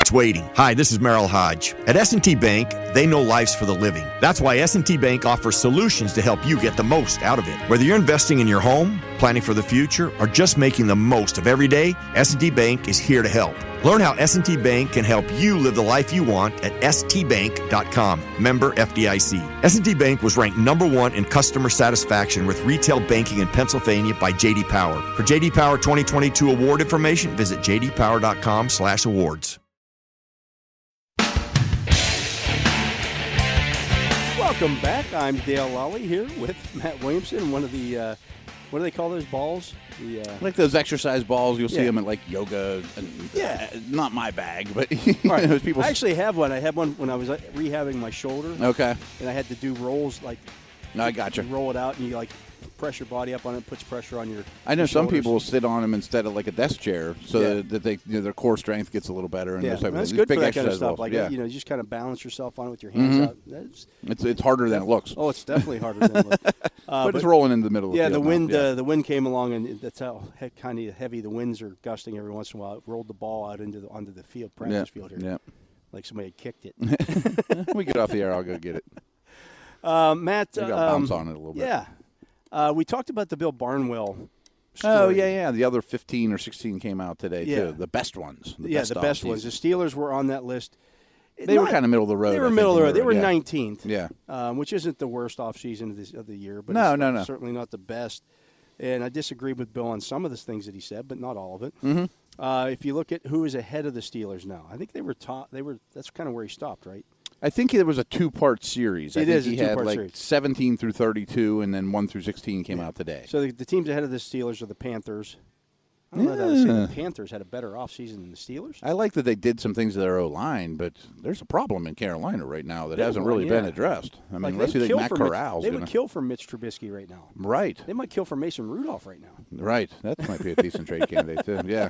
Speaker 1: It's waiting. Hi, this is Merrill Hodge. At S&T Bank, they know life's for the living. That's why S&T Bank offers solutions to help you get the most out of it. Whether you're investing in your home, planning for the future, or just making the most of every day, S&T Bank is here to help. Learn how S&T Bank can help you live the life you want at stbank.com. Member FDIC. S&T Bank was ranked number 1 in customer satisfaction with retail banking in Pennsylvania by JD Power. For JD Power 2022 award information, visit jdpower.com/awards.
Speaker 2: Welcome back. I'm Dale Lally here with Matt Williamson. One of the uh, what do they call those balls? The uh,
Speaker 3: Like those exercise balls, you'll see
Speaker 2: Yeah.
Speaker 3: them at like yoga. And,
Speaker 2: Yeah.
Speaker 3: uh, not my bag, but those people.
Speaker 2: I actually have one. I had one when I was uh, rehabbing my shoulder,
Speaker 3: okay,
Speaker 2: and I had to do rolls like
Speaker 3: no, I got
Speaker 2: you
Speaker 3: you.
Speaker 2: roll it out and you like press your body up on it, puts pressure on your.
Speaker 3: I know
Speaker 2: your
Speaker 3: some
Speaker 2: shoulders.
Speaker 3: people will sit on them instead of like a desk chair, so
Speaker 2: Yeah.
Speaker 3: that, that they you know, their core strength gets a little better. And
Speaker 2: Yeah,
Speaker 3: those type
Speaker 2: that's
Speaker 3: of,
Speaker 2: good
Speaker 3: big
Speaker 2: for that kind of
Speaker 3: exercise
Speaker 2: stuff.
Speaker 3: balls,
Speaker 2: Like
Speaker 3: yeah. Mm-hmm.
Speaker 2: you know, you just kind of balance yourself on it with your hands out. That's,
Speaker 3: it's it's harder than it looks,
Speaker 2: oh, it's definitely harder than. it looks. Uh,
Speaker 3: but, it's rolling into the middle.
Speaker 2: Yeah,
Speaker 3: of the,
Speaker 2: the
Speaker 3: field now,
Speaker 2: wind.
Speaker 3: yeah.
Speaker 2: Uh, the wind came along, and that's how he- kind of heavy the winds are gusting every once in a while. It rolled the ball out into the onto the field practice
Speaker 3: yeah.
Speaker 2: field here,
Speaker 3: yeah.
Speaker 2: like somebody had kicked it.
Speaker 3: When we get off the air, I'll go get it.
Speaker 2: um, Matt,
Speaker 3: I got to
Speaker 2: um,
Speaker 3: bounce on it a little bit.
Speaker 2: yeah, uh, we talked about the Bill Barnwell. Story.
Speaker 3: Oh yeah, yeah. The other fifteen or sixteen came out today
Speaker 2: Yeah.
Speaker 3: too. The best ones. The
Speaker 2: yeah,
Speaker 3: best
Speaker 2: the best
Speaker 3: odds.
Speaker 2: ones. The Steelers were on that list.
Speaker 3: They were kind of middle of the road.
Speaker 2: They
Speaker 3: I
Speaker 2: were
Speaker 3: think,
Speaker 2: middle of the
Speaker 3: in
Speaker 2: road. They were
Speaker 3: yeah.
Speaker 2: nineteenth.
Speaker 3: Yeah.
Speaker 2: um, which isn't the worst offseason of, this, of the year, but
Speaker 3: No,
Speaker 2: it's
Speaker 3: no, no.
Speaker 2: certainly not the best. And I disagreed with Bill on some of the things that he said, but not all of it.
Speaker 3: Mm-hmm.
Speaker 2: Uh, if you look at who is ahead of the Steelers now, I think they were top. They were that's kind of where he stopped, right?
Speaker 3: I think it was a two-part series. I
Speaker 2: It
Speaker 3: think
Speaker 2: is a
Speaker 3: he had
Speaker 2: two-part
Speaker 3: like
Speaker 2: series.
Speaker 3: seventeen through thirty-two, and then one through sixteen came out today.
Speaker 2: So the, the teams ahead of the Steelers are the Panthers. I don't know that I would say the Panthers had a better offseason than the Steelers.
Speaker 3: I like that they did some things to their O line, but there's a problem in Carolina right now that
Speaker 2: Big
Speaker 3: hasn't
Speaker 2: one,
Speaker 3: really been
Speaker 2: yeah.
Speaker 3: addressed. I mean,
Speaker 2: Like,
Speaker 3: unless
Speaker 2: they
Speaker 3: you
Speaker 2: would
Speaker 3: think
Speaker 2: kill
Speaker 3: Matt
Speaker 2: for Mitch-
Speaker 3: Corral's
Speaker 2: they
Speaker 3: gonna,
Speaker 2: would kill for Mitch Trubisky right now.
Speaker 3: right,
Speaker 2: They might kill for Mason Rudolph right now.
Speaker 3: right. That might be a decent trade candidate too. Yeah,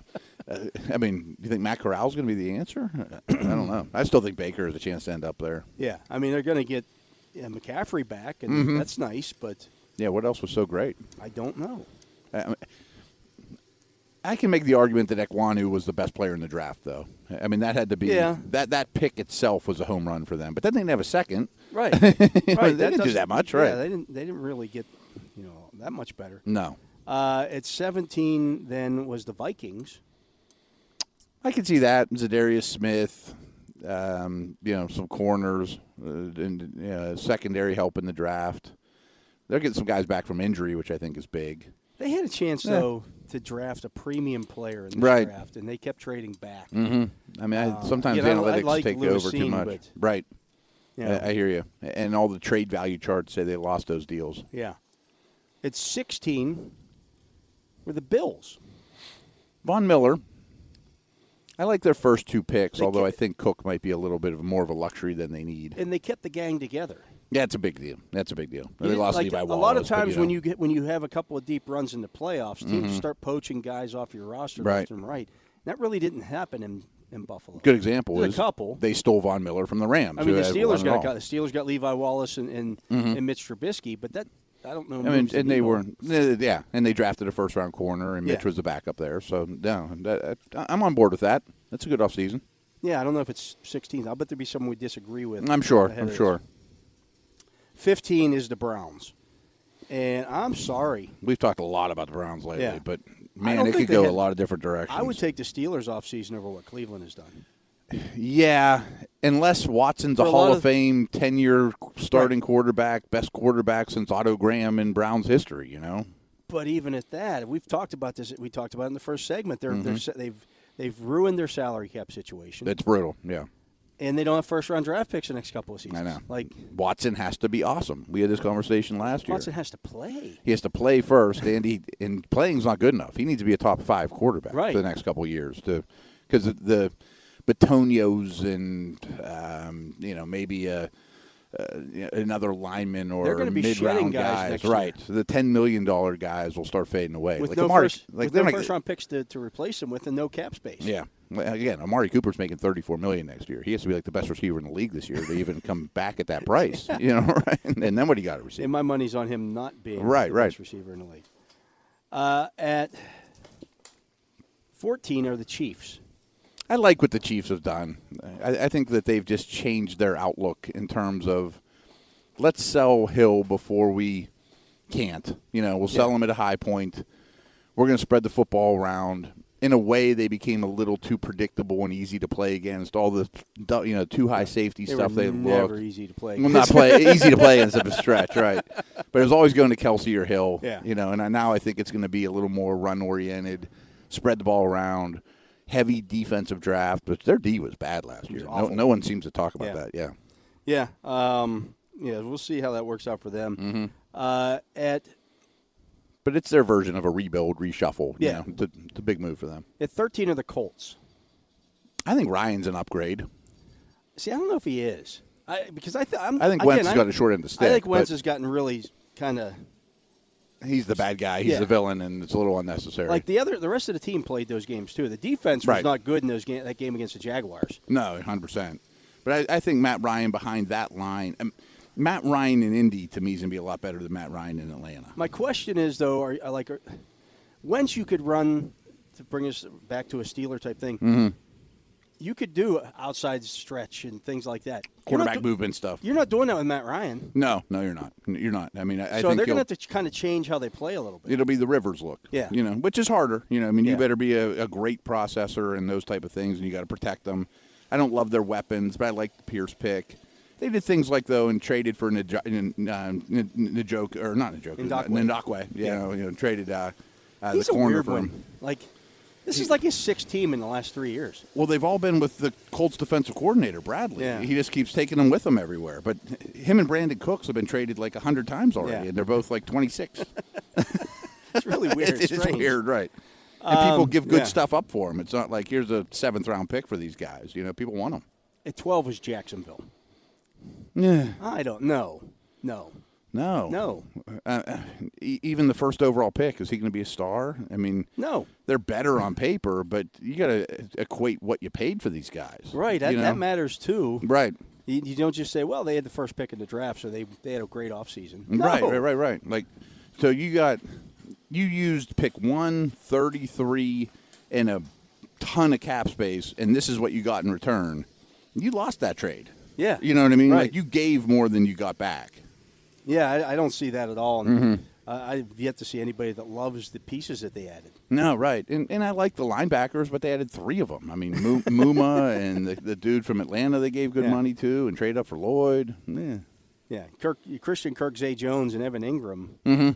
Speaker 3: uh, I mean, you think Matt Corral's going to be the answer? I don't know. I still think Baker has a chance to end up there.
Speaker 2: Yeah, I mean they're going to get yeah, McCaffrey back, and
Speaker 3: Mm-hmm.
Speaker 2: that's nice, but
Speaker 3: Yeah, what else was so great?
Speaker 2: I don't know.
Speaker 3: I, I mean, I can make the argument that Ekwanu was the best player in the draft, though. I mean, that had to be
Speaker 2: Yeah.
Speaker 3: that that pick itself was a home run for them. But then they didn't have a second.
Speaker 2: Right.
Speaker 3: They didn't do
Speaker 2: doesn't-
Speaker 3: that much,
Speaker 2: yeah,
Speaker 3: right. Mm.
Speaker 2: they didn't they didn't really get, you know, that much better.
Speaker 3: No,
Speaker 2: Uh, at 17 then was the Vikings.
Speaker 3: I could see that Zadarius Smith, um, you know, some corners uh, and you know, secondary help in the draft. They're getting some guys back from injury, which I think is big.
Speaker 2: They had a chance though to draft a premium player in the
Speaker 3: Right. Mm-hmm.
Speaker 2: draft and they kept trading back.
Speaker 3: I mean, I, sometimes
Speaker 2: Um, you know, I- I
Speaker 3: analytics
Speaker 2: like
Speaker 3: take over too
Speaker 2: Lewisine,
Speaker 3: much,
Speaker 2: but-
Speaker 3: right?
Speaker 2: You
Speaker 3: I-
Speaker 2: know,
Speaker 3: I, hear you, and all the trade value charts say they lost those deals.
Speaker 2: yeah. At 16 were the Bills.
Speaker 3: Von Miller. I like their first two picks,
Speaker 2: They
Speaker 3: although
Speaker 2: ca-
Speaker 3: I think Cook might be a little bit of more of a luxury than they need.
Speaker 2: And they kept the gang together.
Speaker 3: That's a big deal. That's a big deal.
Speaker 2: You
Speaker 3: they
Speaker 2: didn't-
Speaker 3: lost
Speaker 2: like,
Speaker 3: Levi
Speaker 2: a
Speaker 3: Wallace.
Speaker 2: lot of
Speaker 3: but,
Speaker 2: times when
Speaker 3: know. Mm-hmm.
Speaker 2: you get when you have a couple of deep runs in the playoffs, teams start poaching guys off your roster
Speaker 3: Right.
Speaker 2: left and right. That really didn't happen in, in Buffalo.
Speaker 3: good example
Speaker 2: There's
Speaker 3: is
Speaker 2: a couple.
Speaker 3: they stole Von Miller from the Rams.
Speaker 2: I mean,
Speaker 3: who
Speaker 2: the
Speaker 3: had
Speaker 2: Steelers
Speaker 3: one and
Speaker 2: got,
Speaker 3: all. Mm-hmm.
Speaker 2: got the Steelers got Levi Wallace and and, and Mitch Trubisky, but that I don't know.
Speaker 3: I mean,
Speaker 2: moves the
Speaker 3: and they
Speaker 2: needle.
Speaker 3: were eh, yeah, and they drafted a first round corner, and Mitch
Speaker 2: Yeah.
Speaker 3: was the backup there. So no, that, I- I'm on board with that. That's a good offseason.
Speaker 2: Yeah, I don't know if it's 16th. I'll bet there'd be someone we disagree with.
Speaker 3: I'm sure.
Speaker 2: ahead of
Speaker 3: I'm
Speaker 2: this.
Speaker 3: sure.
Speaker 2: 15 is the Browns, and I'm sorry,
Speaker 3: We've talked a lot about the Browns lately,
Speaker 2: Yeah.
Speaker 3: but
Speaker 2: don't
Speaker 3: man, it
Speaker 2: think
Speaker 3: could
Speaker 2: they
Speaker 3: go a
Speaker 2: had-
Speaker 3: lot of different directions.
Speaker 2: I would take the Steelers off season over what Cleveland has done.
Speaker 3: Yeah, unless Watson's a
Speaker 2: For a
Speaker 3: Hall
Speaker 2: lot
Speaker 3: of,
Speaker 2: of-
Speaker 3: Fame, ten-year starting quarterback, best quarterback since Otto Graham in Browns history. You know,
Speaker 2: But even at that, we've talked about this. We talked about it in the first segment. They're,
Speaker 3: Mm-hmm.
Speaker 2: they're sa- they've they've ruined their salary cap situation,
Speaker 3: it's brutal. Yeah,
Speaker 2: and they don't have first round draft picks the next couple of seasons.
Speaker 3: I know.
Speaker 2: Like
Speaker 3: Watson has to be awesome. We had this conversation last year.
Speaker 2: Watson has to play.
Speaker 3: he has to play first, and he and playing's not good enough. He needs to be a top five quarterback
Speaker 2: Right.
Speaker 3: for the next couple of years to because the Batonios and um, you know maybe a. Uh, another lineman or
Speaker 2: They're gonna be
Speaker 3: mid-round
Speaker 2: shedding guys next year.
Speaker 3: right? The ten million dollar guys will start fading away.
Speaker 2: With
Speaker 3: like
Speaker 2: no
Speaker 3: Amari,
Speaker 2: first,
Speaker 3: like
Speaker 2: with
Speaker 3: they're
Speaker 2: no
Speaker 3: not-
Speaker 2: first round picks to, to replace him with, and no cap space.
Speaker 3: Yeah. Well, Again, Amari Cooper's making thirty-four million next year. He has to be like the best receiver in the league this year to even come back at that price. You know, right? And then what do you got to receive?
Speaker 2: And my money's on him not being
Speaker 3: Right,
Speaker 2: the
Speaker 3: right.
Speaker 2: best receiver in the league. Uh, at 14 are the Chiefs.
Speaker 3: I like what the Chiefs have done. I, I think that they've just changed their outlook in terms of let's sell Hill before we can't. You know, we'll sell him at a high point. We're going to spread the football around. In a way, they became a little too predictable and easy to play against. All the you know too high safety
Speaker 2: They
Speaker 3: stuff
Speaker 2: were
Speaker 3: they
Speaker 2: never
Speaker 3: looked.
Speaker 2: easy to play.
Speaker 3: Well, not play easy to play is a stretch, right? But it was always going to Kelsey or Hill,
Speaker 2: Yeah.
Speaker 3: you know. And I, now I think it's going to be a little more run oriented, spread the ball around, heavy defensive draft. But their D was bad last year. No, no one seems to talk about
Speaker 2: Yeah.
Speaker 3: that. Yeah,
Speaker 2: yeah, um, yeah. We'll see how that works out for them.
Speaker 3: Mm-hmm.
Speaker 2: Uh, at
Speaker 3: but it's their version of a rebuild, reshuffle. you
Speaker 2: Yeah.
Speaker 3: know, it's, a, it's a big move for them.
Speaker 2: at 13 are the Colts.
Speaker 3: I think Ryan's an upgrade.
Speaker 2: See, I don't know if he is. I because I th- I'm,
Speaker 3: I think
Speaker 2: again,
Speaker 3: Wentz
Speaker 2: I-
Speaker 3: has got a short end of the stick.
Speaker 2: I think Wentz
Speaker 3: but
Speaker 2: has gotten really kind of
Speaker 3: he's the bad guy. He's
Speaker 2: Yeah.
Speaker 3: the villain, and it's a little unnecessary.
Speaker 2: Like the other, the rest of the team played those games too. The defense was
Speaker 3: Right.
Speaker 2: not good in those game, that game against the Jaguars.
Speaker 3: No, hundred percent. But I, I think Matt Ryan behind that line, um, Matt Ryan in Indy to me is gonna be a lot better than Matt Ryan in Atlanta.
Speaker 2: My question is though, are, are like, are, Wentz you could run to bring us back to a Steeler type thing.
Speaker 3: Mm-hmm.
Speaker 2: You could do outside stretch and things like that. You're not
Speaker 3: Quarterback
Speaker 2: do-
Speaker 3: movement stuff.
Speaker 2: You're not doing that with Matt Ryan,
Speaker 3: No, no, you're not. You're not. I mean, I, I
Speaker 2: so
Speaker 3: think
Speaker 2: they're
Speaker 3: you'll-
Speaker 2: going to have to kind of change how they play a little bit.
Speaker 3: it'll be the Rivers look.
Speaker 2: Yeah.
Speaker 3: You know, which is harder. You know, I mean,
Speaker 2: Yeah.
Speaker 3: you better be a, a great processor and those type of things, and you got to protect them. I don't love their weapons, but I like the Pierce pick. They did things like though and traded for Njoku uh, Njoku- or not Njoku,
Speaker 2: Ndakwe.
Speaker 3: Ndakwe. You know, you know, traded uh, uh,
Speaker 2: He's
Speaker 3: the
Speaker 2: a
Speaker 3: corner
Speaker 2: weird
Speaker 3: for
Speaker 2: one.
Speaker 3: him.
Speaker 2: Like, this is like his sixth team in the last three years.
Speaker 3: Well, they've all been with the Colts defensive coordinator Bradley.
Speaker 2: Yeah.
Speaker 3: He just keeps taking them with him everywhere. But him and Brandon Cooks have been traded like hundred times already,
Speaker 2: Yeah.
Speaker 3: and they're both like twenty six.
Speaker 2: It's really weird.
Speaker 3: it's, it's
Speaker 2: strange. Um,
Speaker 3: weird, right? And people give good
Speaker 2: yeah.
Speaker 3: stuff up for them. It's not like here's a seventh round pick for these guys. You know, people want them.
Speaker 2: At twelve was Jacksonville.
Speaker 3: Yeah.
Speaker 2: I don't know. No.
Speaker 3: No,
Speaker 2: No.
Speaker 3: Uh, e- even the first overall pick is he going to be a star? I mean,
Speaker 2: No.
Speaker 3: They're better on paper, but you got to equate what you paid for these guys,
Speaker 2: Right. That,
Speaker 3: You
Speaker 2: that
Speaker 3: know?
Speaker 2: matters too.
Speaker 3: Right.
Speaker 2: You, you don't just say, well, they had the first pick in the draft, so they, they had a great offseason. No.
Speaker 3: Right, right, right, right. Like, so you got you used pick one thirty three and a ton of cap space, and this is what you got in return. You lost that trade.
Speaker 2: Yeah.
Speaker 3: you know what I mean.
Speaker 2: Right.
Speaker 3: Like you gave more than you got back.
Speaker 2: Yeah, I, I don't see that at all. And
Speaker 3: Mm-hmm.
Speaker 2: I, I've yet to see anybody that loves the pieces that they added.
Speaker 3: No, right, and and I like the linebackers, but they added three of them. I mean, Mu- Muma and the, the dude from Atlanta, they gave good
Speaker 2: Yeah.
Speaker 3: money to, and trade up for Lloyd. Yeah.
Speaker 2: Yeah, Kirk, Christian Kirk, Zay Jones, and Evan Ingram.
Speaker 3: Mm-hmm.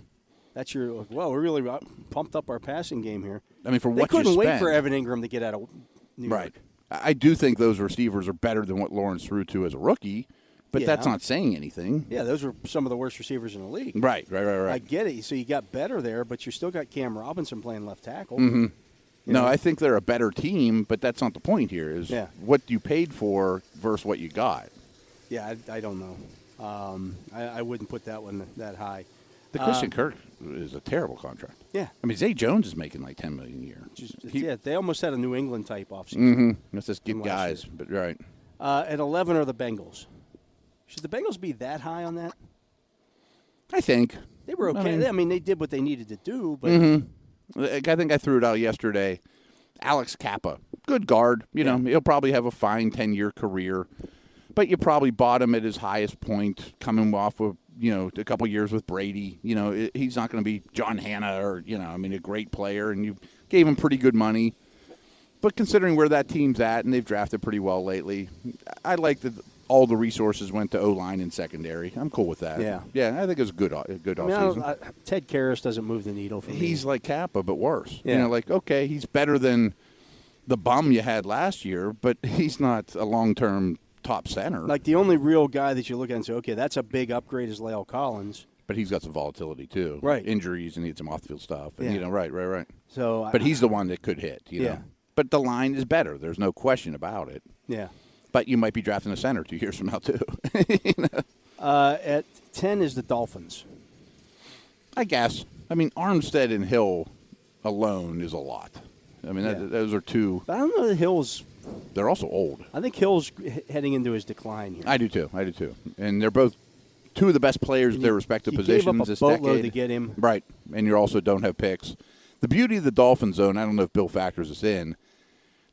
Speaker 2: That's your like, well. We really uh, pumped up our passing game here.
Speaker 3: I mean, for
Speaker 2: They
Speaker 3: what you
Speaker 2: couldn't wait for
Speaker 3: spend.
Speaker 2: Evan Ingram to get out of New York.
Speaker 3: Right. I I do think those receivers are better than what Lawrence threw to as a rookie, but that's
Speaker 2: Yeah.
Speaker 3: not saying anything.
Speaker 2: Yeah, those were some of the worst receivers in the league.
Speaker 3: Right, right, right, right.
Speaker 2: I get it. So you got better there, but you still got Cam Robinson playing left tackle.
Speaker 3: Mm-hmm. no, I think they're a better team, but that's not the point here. Is
Speaker 2: Yeah.
Speaker 3: what you paid for versus what you got.
Speaker 2: Yeah, I, I don't know. Um, I, I wouldn't put that one that high.
Speaker 3: The Christian Kirk is a terrible contract.
Speaker 2: Um, Yeah.
Speaker 3: I mean Zay Jones is making like ten million a year.
Speaker 2: Just,
Speaker 3: He- Mm-hmm.
Speaker 2: yeah, they almost had a New England type offseason.
Speaker 3: Let's just get
Speaker 2: From last
Speaker 3: guys, but right.
Speaker 2: Uh, at eleven are the Bengals. Should the Bengals be that high on that?
Speaker 3: I think.
Speaker 2: They were okay. I mean,
Speaker 3: mean- Mm-hmm.
Speaker 2: they did what they needed to do, but
Speaker 3: Like, I think I threw it out yesterday. Alex Kappa, good guard. You know, he'll probably have a fine ten-year career, but you probably bought him at his highest point, coming off of you know a couple years with Brady. You know, it- he's not going to be John Hanna or you know, I mean, a great player, and you gave him pretty good money. But considering where that team's at, and they've drafted pretty well lately, I like that all the resources went to O line and secondary. I'm cool with that.
Speaker 2: Yeah.
Speaker 3: yeah, I think it was a good, o- a good
Speaker 2: I mean, I
Speaker 3: offseason.
Speaker 2: don't- I- Ted Karras doesn't move the needle for me.
Speaker 3: He's like Kappa, but worse.
Speaker 2: Yeah.
Speaker 3: You know, like okay, he's better than the bum you had last year, but he's not a long-term top center.
Speaker 2: like the only real guy that you look at and say, okay, that's a big upgrade is Lyle Collins.
Speaker 3: but he's got some volatility too.
Speaker 2: Right.
Speaker 3: injuries and he had some off-field stuff. And,
Speaker 2: Yeah.
Speaker 3: You know, right, right, right.
Speaker 2: So, I-
Speaker 3: but he's the one that could hit. You
Speaker 2: Yeah.
Speaker 3: know, but the line is better. There's no question about it.
Speaker 2: Yeah.
Speaker 3: But you might be drafting a center two years from now too.
Speaker 2: Uh, at ten is the Dolphins.
Speaker 3: I guess. I mean, Armstead and Hill alone is a lot. I mean,
Speaker 2: Yeah.
Speaker 3: that, those are two.
Speaker 2: But I don't know that Hill's.
Speaker 3: They're also old.
Speaker 2: I think Hill's he- heading into his decline here.
Speaker 3: I do too. I do too. And they're both two of the best players at their respective
Speaker 2: you gave
Speaker 3: positions
Speaker 2: up a
Speaker 3: this
Speaker 2: boatload
Speaker 3: decade.
Speaker 2: to get him.
Speaker 3: Right. And you also don't have picks. The beauty of the Dolphins zone, I don't know if Bill factors this in.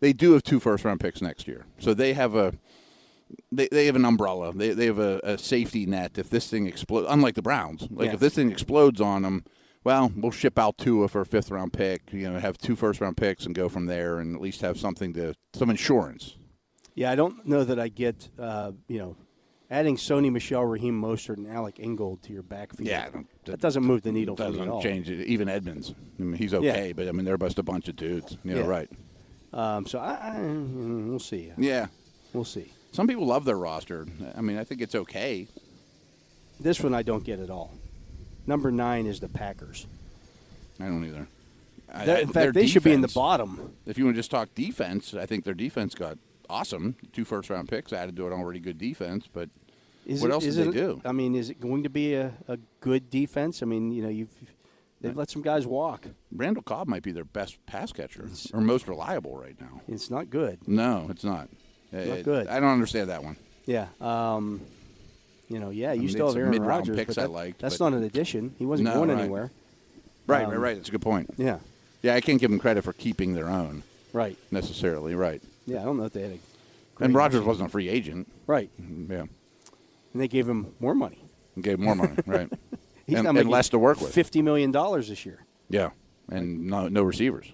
Speaker 3: They do have two first round picks next year. So they have a they, they have an umbrella. They, they have a, a safety net if this thing explodes. Unlike the Browns, like
Speaker 2: Yeah.
Speaker 3: if this thing explodes on them, well, we'll ship out Tua for a fifth round pick. You know, have two first round picks and go from there, and at least have something to some insurance.
Speaker 2: yeah, I don't know that I get. Uh, you know, adding Sony Michelle, Raheem Mostert, and Alec Ingold to your backfield.
Speaker 3: Yeah, I don't-
Speaker 2: that doesn't move the needle for me at
Speaker 3: doesn't
Speaker 2: all.
Speaker 3: change it. Even Edmonds, I mean, he's okay, but I mean they're just a bunch of dudes. You know,
Speaker 2: Yeah.
Speaker 3: right?
Speaker 2: Um, so I, I, we'll see.
Speaker 3: Yeah.
Speaker 2: We'll see.
Speaker 3: Some people love their roster. I mean, I think it's okay.
Speaker 2: This one I don't get at all. Number nine is the Packers.
Speaker 3: I don't either. I-
Speaker 2: They're-
Speaker 3: I-
Speaker 2: in
Speaker 3: their
Speaker 2: fact, they should be in the
Speaker 3: defense-
Speaker 2: bottom.
Speaker 3: If you want to just talk defense, I think their defense got awesome. Two first round picks added to an already good defense, but
Speaker 2: Is
Speaker 3: what
Speaker 2: it-
Speaker 3: else
Speaker 2: is
Speaker 3: did
Speaker 2: it- um,
Speaker 3: they do?
Speaker 2: I mean, is it going to be a, a good defense? I mean, you know, you've They let some guys walk.
Speaker 3: Randall Cobb might be their best pass catcher or most reliable right now.
Speaker 2: It's not good.
Speaker 3: No, it's not. It-
Speaker 2: good.
Speaker 3: I don't understand that one.
Speaker 2: Yeah. Um, you know, yeah, you
Speaker 3: mean,
Speaker 2: still
Speaker 3: it's
Speaker 2: have
Speaker 3: a
Speaker 2: Aaron
Speaker 3: mid-round
Speaker 2: Rodgers,
Speaker 3: picks
Speaker 2: but
Speaker 3: I
Speaker 2: that-
Speaker 3: liked,
Speaker 2: that's
Speaker 3: but-
Speaker 2: not an addition. He wasn't
Speaker 3: No,
Speaker 2: going
Speaker 3: right.
Speaker 2: anywhere.
Speaker 3: Right,
Speaker 2: Um,
Speaker 3: right, right. That's a good point.
Speaker 2: Yeah,
Speaker 3: Yeah, I can't give them credit for keeping their own
Speaker 2: right.
Speaker 3: necessarily. Right.
Speaker 2: Yeah, I don't know if they had a. great
Speaker 3: and Rogers
Speaker 2: issue.
Speaker 3: wasn't a free agent.
Speaker 2: right,
Speaker 3: Yeah,
Speaker 2: and they gave him more money.
Speaker 3: and gave more money. Right.
Speaker 2: He's
Speaker 3: and,
Speaker 2: now
Speaker 3: and
Speaker 2: making
Speaker 3: less to work with.
Speaker 2: Fifty million dollars this year.
Speaker 3: Yeah, and no, no receivers.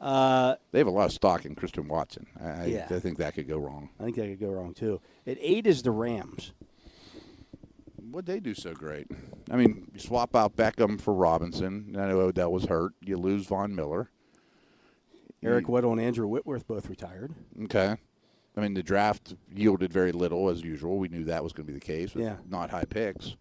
Speaker 2: Uh,
Speaker 3: They have a lot of stock in Christian Watson. I, I-
Speaker 2: Yeah.
Speaker 3: I think that could go wrong.
Speaker 2: I think that could go wrong too. At eight is the Rams.
Speaker 3: Would they do so great? I mean, you swap out Beckham for Robinson. I know Odell was hurt. You lose Von Miller. Mm.
Speaker 2: Eric Weddle and Andrew Whitworth both retired.
Speaker 3: Okay. I mean, the draft yielded very little as usual. We knew that was going to be the case. with
Speaker 2: Yeah.
Speaker 3: Not high picks.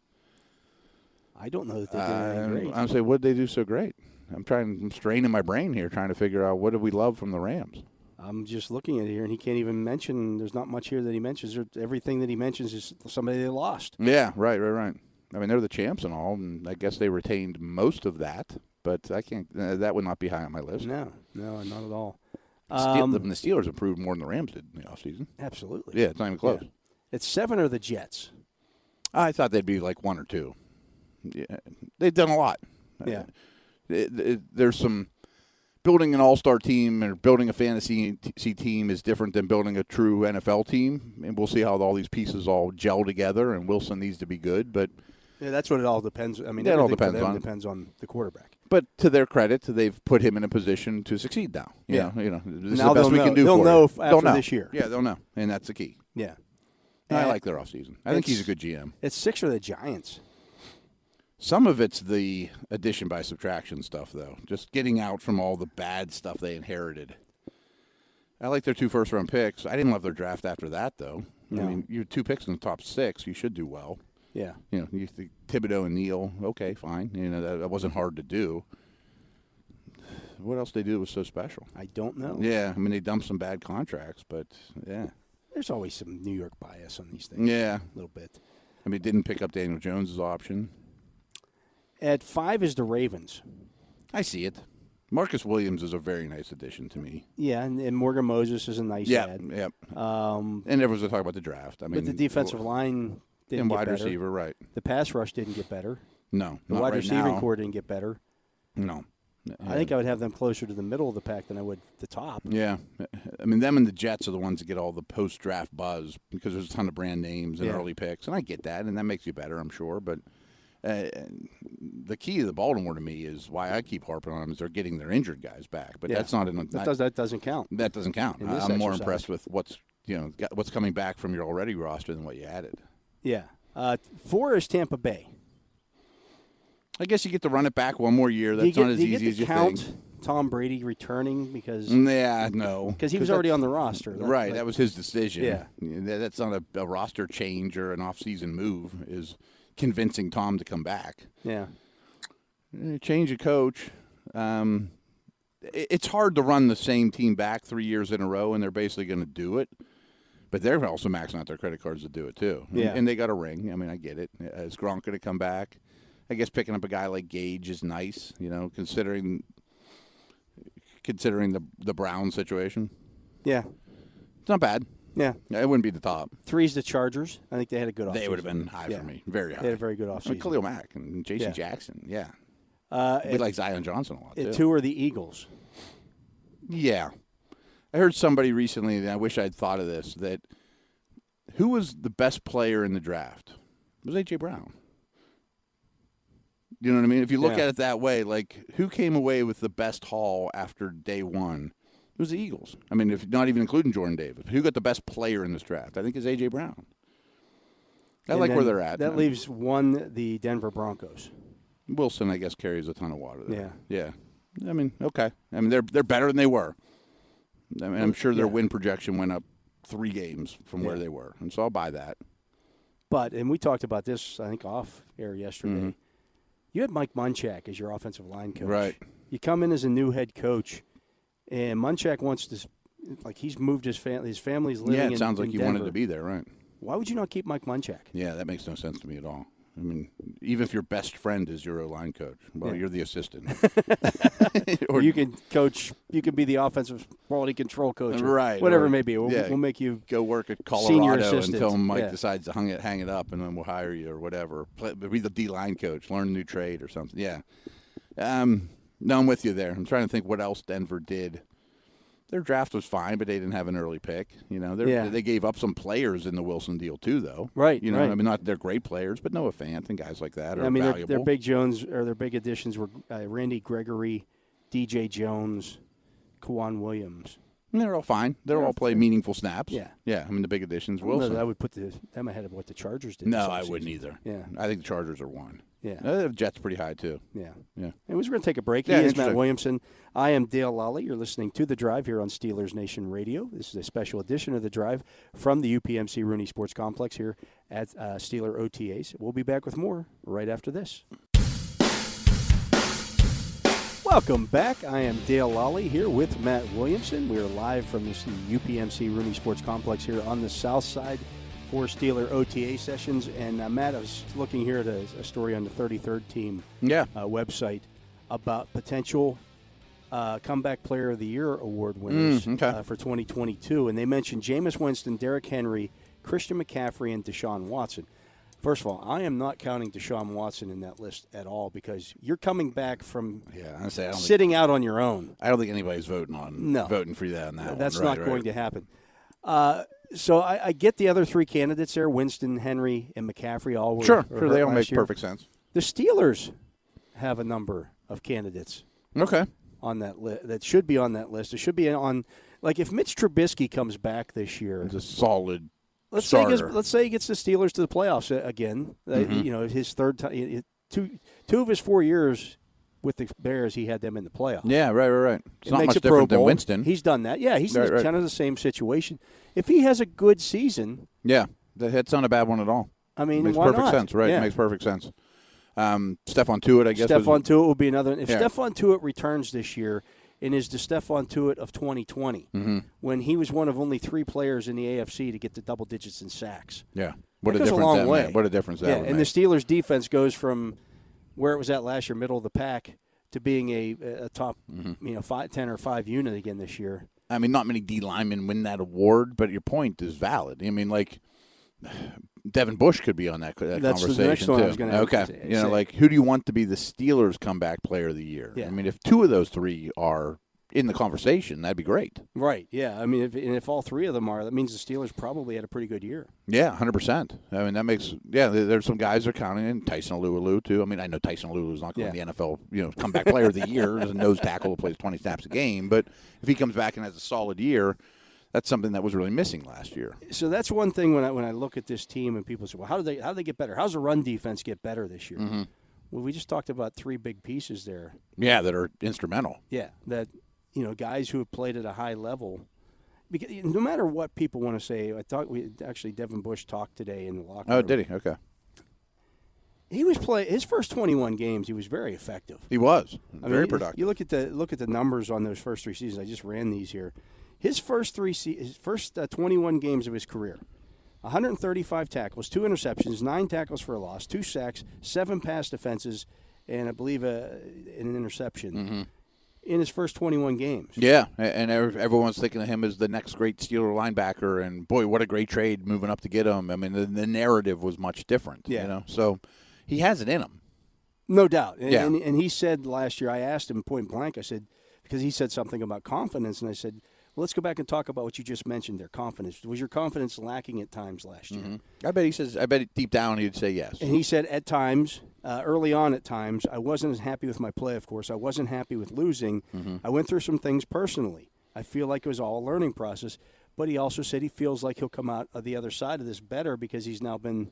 Speaker 2: I don't know that they did anything
Speaker 3: I'm,
Speaker 2: great.
Speaker 3: I'm saying, what did they do so great? I'm trying. I'm straining my brain here, trying to figure out what did we love from the Rams.
Speaker 2: I'm just looking at it here, and he can't even mention. There's not much here that he mentions. There- Everything that he mentions is somebody they lost.
Speaker 3: Yeah, right, right, right. I mean, they're the champs and all, and I guess they retained most of that. But I can't. Uh, that would not be high on my list.
Speaker 2: No, no, not at all.
Speaker 3: Steel,
Speaker 2: Um,
Speaker 3: the, the Steelers improved more than the Rams did in the offseason.
Speaker 2: absolutely.
Speaker 3: Yeah, it's not even close.
Speaker 2: At seven are the Jets.
Speaker 3: I thought they'd be like one or two. Yeah, they've done a lot. Uh,
Speaker 2: Yeah.
Speaker 3: It- it- there's some building an all-star team or building a fantasy t- team is different than building a true NFL team, and we'll see how all these pieces all gel together. And Wilson needs to be good, but
Speaker 2: Yeah, that's what it all depends. I mean,
Speaker 3: That all
Speaker 2: everything for
Speaker 3: depends
Speaker 2: them
Speaker 3: on-
Speaker 2: depends on the quarterback.
Speaker 3: but to their credit, they've put him in a position to succeed now. You
Speaker 2: Yeah.
Speaker 3: know, you know,
Speaker 2: Now
Speaker 3: this is the best
Speaker 2: they'll
Speaker 3: we
Speaker 2: know.
Speaker 3: can do.
Speaker 2: They'll
Speaker 3: for
Speaker 2: know
Speaker 3: you.
Speaker 2: f-
Speaker 3: they'll
Speaker 2: after
Speaker 3: know.
Speaker 2: this year.
Speaker 3: Yeah, they'll know, and that's the key.
Speaker 2: Yeah,
Speaker 3: I
Speaker 2: And
Speaker 3: like their offseason. I think he's a
Speaker 2: it's-
Speaker 3: good GM.
Speaker 2: It's six are the Giants.
Speaker 3: Some of it's the addition by subtraction stuff, though. Just getting out from all the bad stuff they inherited. I like their two first round picks. I didn't love their draft after that, though. I
Speaker 2: No.
Speaker 3: mean, you had two picks in the top six. You should do well.
Speaker 2: Yeah,
Speaker 3: You know, you think Thibodeau and Neal. Okay, fine. You know, that, that wasn't hard to do. What else they do was so special?
Speaker 2: I don't know.
Speaker 3: Yeah, I mean, they dumped some bad contracts, but yeah.
Speaker 2: There's always some New York bias on these things.
Speaker 3: Yeah.
Speaker 2: a little bit.
Speaker 3: I mean, didn't pick up Daniel Jones' option.
Speaker 2: At five is the Ravens.
Speaker 3: I see it. Marcus Williams is a very nice addition to me.
Speaker 2: Yeah, and, and Morgan Moses is a nice
Speaker 3: Yeah,
Speaker 2: ad.
Speaker 3: yeah.
Speaker 2: Um,
Speaker 3: And everyone's talking about the draft. I mean,
Speaker 2: but the defensive line didn't
Speaker 3: and
Speaker 2: get
Speaker 3: wide
Speaker 2: better.
Speaker 3: receiver, right?
Speaker 2: The pass rush didn't get better.
Speaker 3: No,
Speaker 2: The
Speaker 3: not
Speaker 2: wide
Speaker 3: right
Speaker 2: receiving
Speaker 3: now.
Speaker 2: core didn't get better.
Speaker 3: No,
Speaker 2: I think I would have them closer to the middle of the pack than I would the top.
Speaker 3: yeah. I mean, them and the Jets are the ones that get all the post-draft buzz because there's a ton of brand names and
Speaker 2: Yeah.
Speaker 3: early picks, and I get that, and that makes you better, I'm sure. But uh, the key to the Baltimore to me is why I keep harping on them is they're getting their injured guys back, but
Speaker 2: Yeah.
Speaker 3: that's not an
Speaker 2: That,
Speaker 3: not-
Speaker 2: does, that doesn't count.
Speaker 3: that doesn't count.
Speaker 2: in
Speaker 3: I- I'm
Speaker 2: this
Speaker 3: more
Speaker 2: exercise.
Speaker 3: impressed with what's you know got- what's coming back from your already roster than what you added.
Speaker 2: Yeah. Uh, four is Tampa Bay.
Speaker 3: I guess you get to run it back one more year.
Speaker 2: Do
Speaker 3: That's
Speaker 2: you get,
Speaker 3: not as
Speaker 2: do you
Speaker 3: easy
Speaker 2: get
Speaker 3: as
Speaker 2: to
Speaker 3: you
Speaker 2: count
Speaker 3: think.
Speaker 2: Tom Brady returning because
Speaker 3: Yeah, no.
Speaker 2: because he was
Speaker 3: that-
Speaker 2: already on the roster. That-
Speaker 3: Right,
Speaker 2: like-
Speaker 3: that was his decision.
Speaker 2: Yeah.
Speaker 3: That- that's not a, a roster change or an off-season move. Is convincing Tom to come back.
Speaker 2: yeah.
Speaker 3: Eh, Change a coach. Um, it- it's hard to run the same team back three years in a row, and they're basically going to do it. But they're also maxing out their credit cards to do it too. And-
Speaker 2: Yeah.
Speaker 3: and, they got a ring. I mean, I get it. Eh, Is Gronk going to come back? I guess picking up a guy like Gage is nice. You know, considering considering the the Brown situation,
Speaker 2: Yeah.
Speaker 3: it's not bad. Eh,
Speaker 2: Yeah.
Speaker 3: It wouldn't be the top.
Speaker 2: Three's the Chargers. I think they had a good offseason.
Speaker 3: They would have been high
Speaker 2: Yeah.
Speaker 3: for me, very high.
Speaker 2: They had a very good
Speaker 3: I mean,
Speaker 2: offseason.
Speaker 3: Khalil Mack and J.C.
Speaker 2: Yeah.
Speaker 3: Jackson, yeah.
Speaker 2: Uh,
Speaker 3: We like Zion Johnson a lot too.
Speaker 2: at Uh, two are the Eagles.
Speaker 3: Yeah, I heard somebody recently, and I wish I'd thought of this. That who was the best player in the draft? It was A.J. Brown. You know what I mean? If you look
Speaker 2: Yeah.
Speaker 3: at it that way, like who came away with the best haul after day one? It was the Eagles. I mean, if not even including Jordan Davis, who got the best player in this draft? I think is A.J. Brown. I
Speaker 2: And
Speaker 3: like where
Speaker 2: then
Speaker 3: they're at.
Speaker 2: That
Speaker 3: I-
Speaker 2: leaves one, the Denver Broncos.
Speaker 3: Wilson, I guess, carries a ton of water. There. Yeah, yeah. I mean, okay. I mean, they're they're better than they were. I mean, I'm sure their
Speaker 2: yeah.
Speaker 3: win projection went up three games from where
Speaker 2: Yeah.
Speaker 3: they were, and so I'll buy that.
Speaker 2: But, and we talked about this, I think, off air yesterday.
Speaker 3: Mm-hmm.
Speaker 2: You had Mike Munchak as your offensive line coach.
Speaker 3: Right.
Speaker 2: You come in as a new head coach, and Munchak wants to, s- like, he's moved his family. His family's living
Speaker 3: yeah, it
Speaker 2: in-
Speaker 3: sounds like
Speaker 2: in
Speaker 3: you wanted
Speaker 2: Denver.
Speaker 3: to be there, right?
Speaker 2: Why would you not keep Mike Munchak?
Speaker 3: Yeah, that makes no sense to me at all. I mean, even if your best friend is your O line coach, well, you're the assistant.
Speaker 2: Or you can coach. You can be the offensive quality control coach, or
Speaker 3: Right,
Speaker 2: Whatever
Speaker 3: or-
Speaker 2: it may be. We'll,
Speaker 3: yeah.
Speaker 2: we'll make you.
Speaker 3: Go work at
Speaker 2: Senior
Speaker 3: Colorado
Speaker 2: assistant,
Speaker 3: until Mike
Speaker 2: yeah.
Speaker 3: decides to hang it, hang it up, and then we'll hire you or whatever. Play, be the D line coach, learn a new trade or something. Yeah. Um, no, I'm with you there. I'm trying to think what else Denver did. Their draft was fine, but they didn't have an early pick. You know, They're-
Speaker 2: Yeah.
Speaker 3: they gave up some players in the Wilson deal too, though.
Speaker 2: Right,
Speaker 3: You know,
Speaker 2: right.
Speaker 3: I mean, not they're great players, but Noah Fant and guys like that are
Speaker 2: I mean, their,
Speaker 3: valuable.
Speaker 2: their big Jones or their big additions were uh, Randy Gregory, DJ Jones, Kwan Williams.
Speaker 3: I mean, they're all fine. They're all play meaningful snaps.
Speaker 2: Yeah.
Speaker 3: Yeah. I mean, the big additions.
Speaker 2: I don't know
Speaker 3: Wilson.
Speaker 2: that I would put the, them ahead of what the Chargers did.
Speaker 3: No,
Speaker 2: this
Speaker 3: I
Speaker 2: offseason.
Speaker 3: wouldn't either.
Speaker 2: Yeah.
Speaker 3: I think the Chargers are one.
Speaker 2: Yeah.
Speaker 3: Uh, the Jets pretty high too.
Speaker 2: Yeah.
Speaker 3: Yeah.
Speaker 2: And we're going to take a break.
Speaker 3: Yeah,
Speaker 2: he is Matt
Speaker 3: interesting.
Speaker 2: Williamson. I am Dale Lally. You're listening to The Drive here on Steelers Nation Radio. This is a special edition of The Drive from the UPMC Rooney Sports Complex here at uh, Steeler OTAs. We'll be back with more right after this. Welcome back. I am Dale Lally here with Matt Williamson. We are live from this UPMC Rooney Sports Complex here on the south side for Steeler OTA sessions. And uh, Matt, I was looking here at a, a story on the 33rd team
Speaker 3: Yeah.
Speaker 2: uh, website about potential uh, comeback player of the year award winners
Speaker 3: Mm, okay.
Speaker 2: uh, for 2022, and they mentioned Jameis Winston, Derrick Henry, Christian McCaffrey, and Deshaun Watson. First of all, I am not counting Deshaun Watson in that list at all because you're coming back from
Speaker 3: Yeah. Honestly, I don't, think,
Speaker 2: sitting out on your own.
Speaker 3: I don't think anybody's voting on
Speaker 2: No.
Speaker 3: voting for that on that. one.
Speaker 2: That's
Speaker 3: Oh, Right,
Speaker 2: not
Speaker 3: right.
Speaker 2: going to happen. Uh, so I, I get the other three candidates there: Winston, Henry, and McCaffrey. All were,
Speaker 3: Sure.
Speaker 2: were
Speaker 3: Sure.
Speaker 2: hurt
Speaker 3: They all
Speaker 2: last
Speaker 3: make
Speaker 2: year.
Speaker 3: perfect sense.
Speaker 2: The Steelers have a number of candidates
Speaker 3: Okay.
Speaker 2: on that list. That should be on that list. It should be on. Like if Mitch Trubisky comes back this year,
Speaker 3: It's a solid.
Speaker 2: let's say he
Speaker 3: starter. Mm-hmm.
Speaker 2: gets, let's say he gets the Steelers to the playoffs a- again. Uh, you know, his third time, two two of his four years with the Bears, he had them in the playoffs.
Speaker 3: Yeah. Right. Right. Right. It's
Speaker 2: It
Speaker 3: not
Speaker 2: makes
Speaker 3: much
Speaker 2: a Pro
Speaker 3: different than
Speaker 2: Bowl.
Speaker 3: Winston.
Speaker 2: He's done that. Yeah, he's in
Speaker 3: Right,
Speaker 2: the-
Speaker 3: right.
Speaker 2: kind of the same situation. If he has a good season,
Speaker 3: yeah. That- That's not a bad one at all.
Speaker 2: I mean,
Speaker 3: makes
Speaker 2: why
Speaker 3: perfect
Speaker 2: not?
Speaker 3: sense. Right.
Speaker 2: Yeah.
Speaker 3: Makes perfect sense. Um, Stefan Tuitt, I guess. was-
Speaker 2: Stephon Tuitt would be another. If
Speaker 3: Yeah.
Speaker 2: Stephon Tuitt returns this year and is the Stephon Tuitt of 2020,
Speaker 3: Mm-hmm.
Speaker 2: when he was one of only three players in the AFC to get the double digits in sacks,
Speaker 3: Yeah. What
Speaker 2: That goes a
Speaker 3: a difference
Speaker 2: long
Speaker 3: that
Speaker 2: way.
Speaker 3: made. What a difference that
Speaker 2: yeah,
Speaker 3: would
Speaker 2: and the
Speaker 3: make.
Speaker 2: Steelers defense goes from where it was at last year, middle of the pack, to being a, a top,
Speaker 3: Mm-hmm.
Speaker 2: you know, five, ten or five unit again this year.
Speaker 3: I mean, not many D linemen win that award, but your point is valid. I mean, like Devin Bush could be on that, that
Speaker 2: That's the
Speaker 3: conversation
Speaker 2: next one I
Speaker 3: too.
Speaker 2: was gonna
Speaker 3: okay,
Speaker 2: say-
Speaker 3: you know,
Speaker 2: say.
Speaker 3: like who do you want to be the Steelers' comeback player of the year?
Speaker 2: Yeah.
Speaker 3: I mean, if two of those three are in the conversation, that'd be great.
Speaker 2: Right. Yeah. I mean, if, and if all three of them are, that means the Steelers probably had a pretty good year.
Speaker 3: Yeah, hundred percent. I mean, that makes yeah. there- There's some guys they're counting in Tyson Alulu too. I mean, I know Tyson Alulu's not going
Speaker 2: Yeah.
Speaker 3: to the NFL, you know, comeback player of the year as a nose tackle who plays 20 snaps a game. But if he comes back and has a solid year, that's something that was really missing last year.
Speaker 2: So that's one thing when I when I look at this team and people say, well, how do they how do they get better? How's the run defense get better this year? Well, we just talked about three big pieces there.
Speaker 3: Yeah, that are instrumental.
Speaker 2: Yeah, that you know, guys who have played at a high level. Because no matter what people want to say, I thought we actually Devin Bush talked today in the locker room.
Speaker 3: Oh, did he? Okay,
Speaker 2: He was play his first 21 games. He was very effective.
Speaker 3: he was
Speaker 2: I mean,
Speaker 3: very
Speaker 2: you-
Speaker 3: productive.
Speaker 2: You look at the look at the numbers on those first three seasons. I just ran these here. His first three, se- his first uh, 21 games of his career, 135 tackles, two interceptions, nine tackles for a loss, two sacks, seven pass defenses, and I believe a, an interception in his first 21 games.
Speaker 3: Mm-hmm. yeah, a- and ev- everyone's thinking of him as the next great Steeler linebacker, and boy, what a great trade moving up to get him. I mean, the, the narrative was much different.
Speaker 2: Yeah.
Speaker 3: you know, so he has it in him.
Speaker 2: No doubt. And,
Speaker 3: Yeah.
Speaker 2: and, and he said last year, I asked him point blank, I said, because he said something about confidence, and I said, well, let's go back and talk about what you just mentioned there confidence. Was your confidence lacking at times last year?
Speaker 3: I bet he says. I bet deep down he'd say yes.
Speaker 2: And Mm-hmm. he said, at times, uh, early on at times, I wasn't as happy with my play, of course. I wasn't happy with losing.
Speaker 3: Mm-hmm.
Speaker 2: I went through some things personally. I feel like it was all a learning process. But he also said he feels like he'll come out of the other side of this better because he's now been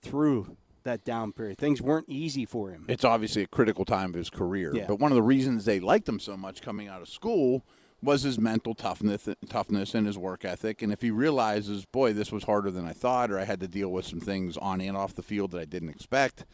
Speaker 2: through that down period. Things weren't easy for him.
Speaker 3: It's obviously a critical time of his career,
Speaker 2: Yeah.
Speaker 3: but one of the reasons they liked him so much coming out of school was his mental toughness, toughness and his work ethic. And if he realizes, boy, this was harder than I thought, or I had to deal with some things on and off the field that I didn't expect,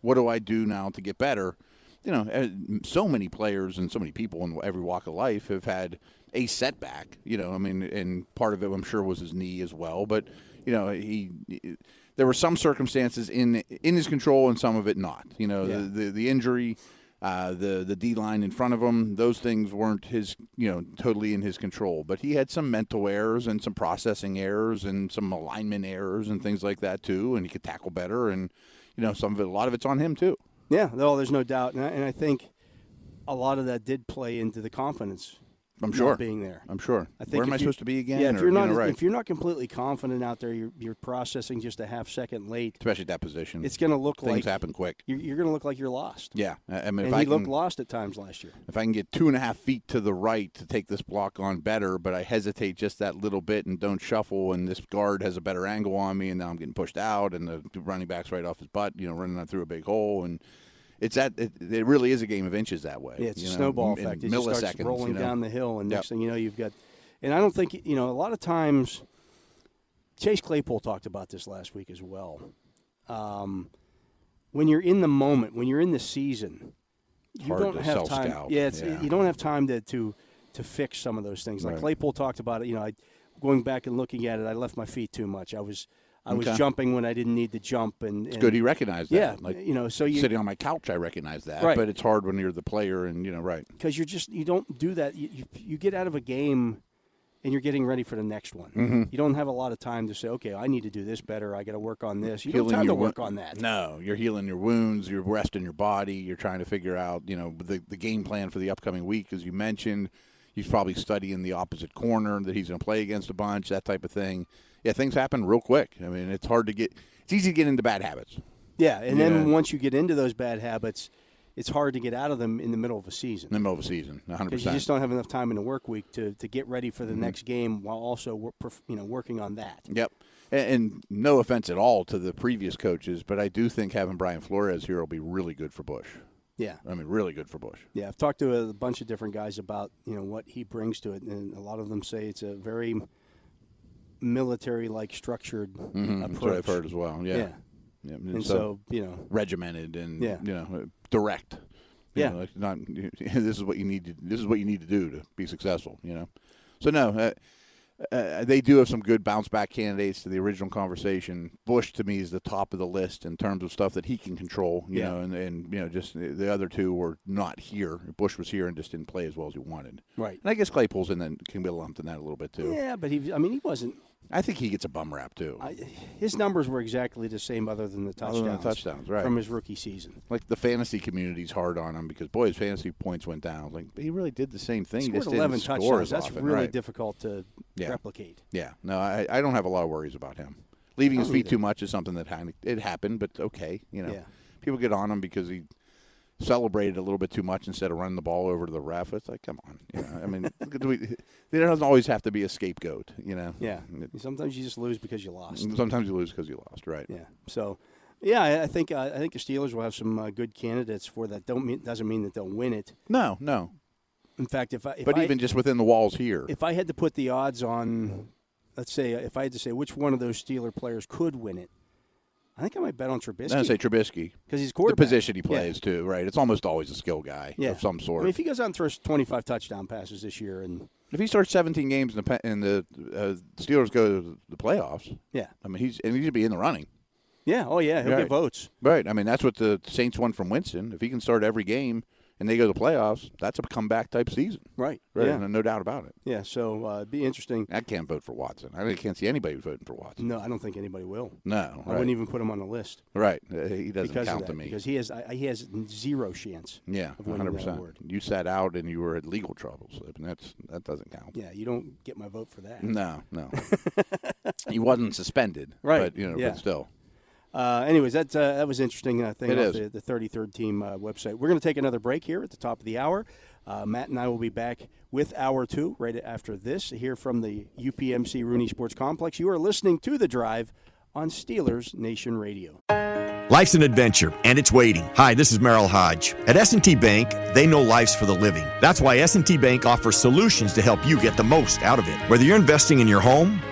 Speaker 3: what do I do now to get better? You know, eh, so many players and so many people in every walk of life have had a setback. You know, I mean, and part of it, I'm sure, was his knee as well. But you you know he, he- there were some circumstances in in his control and some of it not. You know
Speaker 2: Yeah.
Speaker 3: the, the the injury. Uh, the the D line in front of him, those things weren't his, you know, totally in his control. But he had some mental errors and some processing errors and some alignment errors and things like that too. And he could tackle better, and you know, some of it, a lot of it's on him too.
Speaker 2: Yeah, no, there's no doubt, and I, and I think a lot of that did play into the confidence.
Speaker 3: I'm
Speaker 2: not
Speaker 3: sure.
Speaker 2: being there.
Speaker 3: I'm sure.
Speaker 2: I think
Speaker 3: Where am
Speaker 2: if
Speaker 3: I
Speaker 2: you-
Speaker 3: supposed to be again?
Speaker 2: Yeah, if
Speaker 3: Or,
Speaker 2: you're
Speaker 3: you
Speaker 2: not
Speaker 3: know, right.
Speaker 2: if you're not completely confident out there, you're, you're processing just a half second late.
Speaker 3: especially at that position,
Speaker 2: It's going to look
Speaker 3: things
Speaker 2: like
Speaker 3: happen quick.
Speaker 2: you're, you're going to look like you're lost.
Speaker 3: Yeah, I I mean,
Speaker 2: and
Speaker 3: if I
Speaker 2: he
Speaker 3: can,
Speaker 2: looked lost at times last year.
Speaker 3: if I can get two and a half feet to the right to take this block on better, but I hesitate just that little bit and don't shuffle, and this guard has a better angle on me, and now I'm getting pushed out, and the running back's right off his butt, you know, running through a big hole, and it's that it, it really is a game of inches that way.
Speaker 2: Yeah, it's a
Speaker 3: you know,
Speaker 2: snowball
Speaker 3: in
Speaker 2: effect. It just
Speaker 3: Milliseconds,
Speaker 2: starts rolling
Speaker 3: you know.
Speaker 2: down the hill, and
Speaker 3: Yep.
Speaker 2: next thing you know, you've got. And I don't think you know a lot of times. Chase Claypool talked about this last week as well. Um, when you're in the moment, when you're in the season, you
Speaker 3: hard
Speaker 2: don't
Speaker 3: to
Speaker 2: have time.
Speaker 3: self-scout.
Speaker 2: Yeah, it's,
Speaker 3: Yeah.
Speaker 2: you don't have time to to to fix some of those things. Like Claypool talked about it. You know, I going back and looking at it, I left my feet too much. I was I was
Speaker 3: Okay.
Speaker 2: jumping when I didn't need to jump, and, and
Speaker 3: Good, he recognized that.
Speaker 2: yeah,
Speaker 3: like
Speaker 2: you know, so you
Speaker 3: sitting on my couch, I recognize that.
Speaker 2: Right.
Speaker 3: But it's hard when you're the player, and you know, right.
Speaker 2: because you're just you don't do that. You, you, you get out of a game, and you're getting ready for the next one.
Speaker 3: Mm-hmm.
Speaker 2: You don't have a lot of time to say, okay, I need to do this better. I got to work on this. You don't
Speaker 3: healing
Speaker 2: have time
Speaker 3: your
Speaker 2: to work
Speaker 3: wo-
Speaker 2: on that.
Speaker 3: No, you're healing your wounds. You're resting your body. You're trying to figure out, you know, the the game plan for the upcoming week, as you mentioned. He's probably studying the opposite corner that he's going to play against a bunch, that type of thing. Yeah, things happen real quick. I mean, it's hard to get. It's easy to get into bad habits.
Speaker 2: Yeah, and then
Speaker 3: Yeah.
Speaker 2: once you get into those bad habits, it's hard to get out of them in the middle of a season.
Speaker 3: in the middle of a season, 100.
Speaker 2: because you just
Speaker 3: percent Mm-hmm.
Speaker 2: don't have enough time in the work week to, to get ready for the next game while also wor- perf- you know working on that.
Speaker 3: Yep. And, and no offense at all to the previous coaches, but I do think having Brian Flores here will be really good for Bush.
Speaker 2: Yeah,
Speaker 3: I mean, really good for Bush.
Speaker 2: yeah. I've talked to a bunch of different guys about you know what he brings to it, and a lot of them say it's a very military like structured
Speaker 3: Mm-hmm, That's
Speaker 2: approach.
Speaker 3: what I've heard as well. Yeah.
Speaker 2: Yeah.
Speaker 3: Yeah,
Speaker 2: And so you know,
Speaker 3: regimented and
Speaker 2: Yeah.
Speaker 3: you know uh, direct. You
Speaker 2: Yeah.
Speaker 3: know, like not this is what you need to this is what you need to do to be successful. You know, so no, uh, uh, they do have some good bounce back candidates to the original conversation. Bush to me is the top of the list in terms of stuff that he can control. You
Speaker 2: Yeah.
Speaker 3: know, and, and you know just the the other two were not here. Bush was here and just didn't play as well as he wanted.
Speaker 2: right?
Speaker 3: And I guess Claypool's in then can be lumped in that a little bit too.
Speaker 2: Yeah, but he. I mean, he wasn't.
Speaker 3: I think he gets a bum rap too.
Speaker 2: I, his numbers were exactly the same, other than the touchdowns.
Speaker 3: Other than the touchdowns, right.
Speaker 2: From his rookie season.
Speaker 3: like the fantasy community's hard on him because boy, his fantasy points went down. Like he really did the same thing.
Speaker 2: He
Speaker 3: He
Speaker 2: scored
Speaker 3: just
Speaker 2: 11
Speaker 3: didn't score
Speaker 2: touchdowns.
Speaker 3: as
Speaker 2: That's
Speaker 3: often.
Speaker 2: really
Speaker 3: right.
Speaker 2: difficult to
Speaker 3: Yeah.
Speaker 2: replicate.
Speaker 3: Yeah, no, I, I don't have a lot of worries about him. Leaving his feet too much is something that happened. It happened, but okay, you know,
Speaker 2: Oh, Yeah.
Speaker 3: people get on him because he celebrated a little bit too much instead of running the ball over to the ref. It's like, come on, you know, I mean, do we- there doesn't always have to be a scapegoat, you know.
Speaker 2: Yeah.
Speaker 3: It-
Speaker 2: Sometimes you just lose because you lost.
Speaker 3: sometimes you lose because you lost, right?
Speaker 2: Yeah. So, yeah, I- I think uh, I think the Steelers will have some uh, good candidates for that. Don't mean doesn't mean that they'll win it.
Speaker 3: No, no,
Speaker 2: In fact, if I if
Speaker 3: but
Speaker 2: I,
Speaker 3: even just within the walls here,
Speaker 2: if I had to put the odds on, let's say if I had to say which one of those Steeler players could win it, I think I might bet on
Speaker 3: I'm gonna
Speaker 2: Trubisky
Speaker 3: say Trubisky.
Speaker 2: because he's
Speaker 3: The
Speaker 2: quarterback.
Speaker 3: position he
Speaker 2: Yeah.
Speaker 3: plays too, right? It's almost always a skill guy
Speaker 2: Yeah.
Speaker 3: of some
Speaker 2: I
Speaker 3: sort.
Speaker 2: mean, if he goes out and throws 25 touchdown passes this year, and
Speaker 3: If he starts 17 games and the, pa- and the uh, Steelers go to the playoffs,
Speaker 2: yeah,
Speaker 3: I mean he's and he should be in the running,
Speaker 2: yeah, oh yeah, he'll get
Speaker 3: Right.
Speaker 2: votes.
Speaker 3: right? I mean that's what the Saints won from Winston. If he can start every game and they go to the playoffs, that's a comeback type season,
Speaker 2: Right.
Speaker 3: right?
Speaker 2: Yeah.
Speaker 3: No, no doubt about it.
Speaker 2: Yeah. So uh, it'd be interesting.
Speaker 3: I can't vote for Watson. I really can't see anybody voting for Watson.
Speaker 2: No, I don't think anybody will.
Speaker 3: No,
Speaker 2: I
Speaker 3: right?
Speaker 2: wouldn't even put him on the list.
Speaker 3: right? Uh, He doesn't
Speaker 2: because
Speaker 3: count
Speaker 2: of that,
Speaker 3: to me.
Speaker 2: Because he has I, he has zero chance.
Speaker 3: yeah,
Speaker 2: of winning that
Speaker 3: 100. percent
Speaker 2: award.
Speaker 3: You sat out and you were at legal troubles. I mean, that's that doesn't count.
Speaker 2: Yeah, you don't get my vote for that.
Speaker 3: No, no. he wasn't suspended,
Speaker 2: Right,
Speaker 3: But you know,
Speaker 2: yeah.
Speaker 3: but still,
Speaker 2: Uh, anyways, that uh, that was interesting. Uh, thing
Speaker 3: It
Speaker 2: off the,
Speaker 3: is.
Speaker 2: the 33rd team uh, website. We're going to take another break here at the top of the hour. Uh, Matt and I will be back with hour two right after this. Here from the UPMC Rooney Sports Complex. You are listening to the Drive on Steelers Nation Radio.
Speaker 1: Life's an adventure, and it's waiting. Hi, this is Merrill Hodge. At S&T Bank, they know life's for the living. That's why S&T Bank offers solutions to help you get the most out of it. Whether you're investing in your home,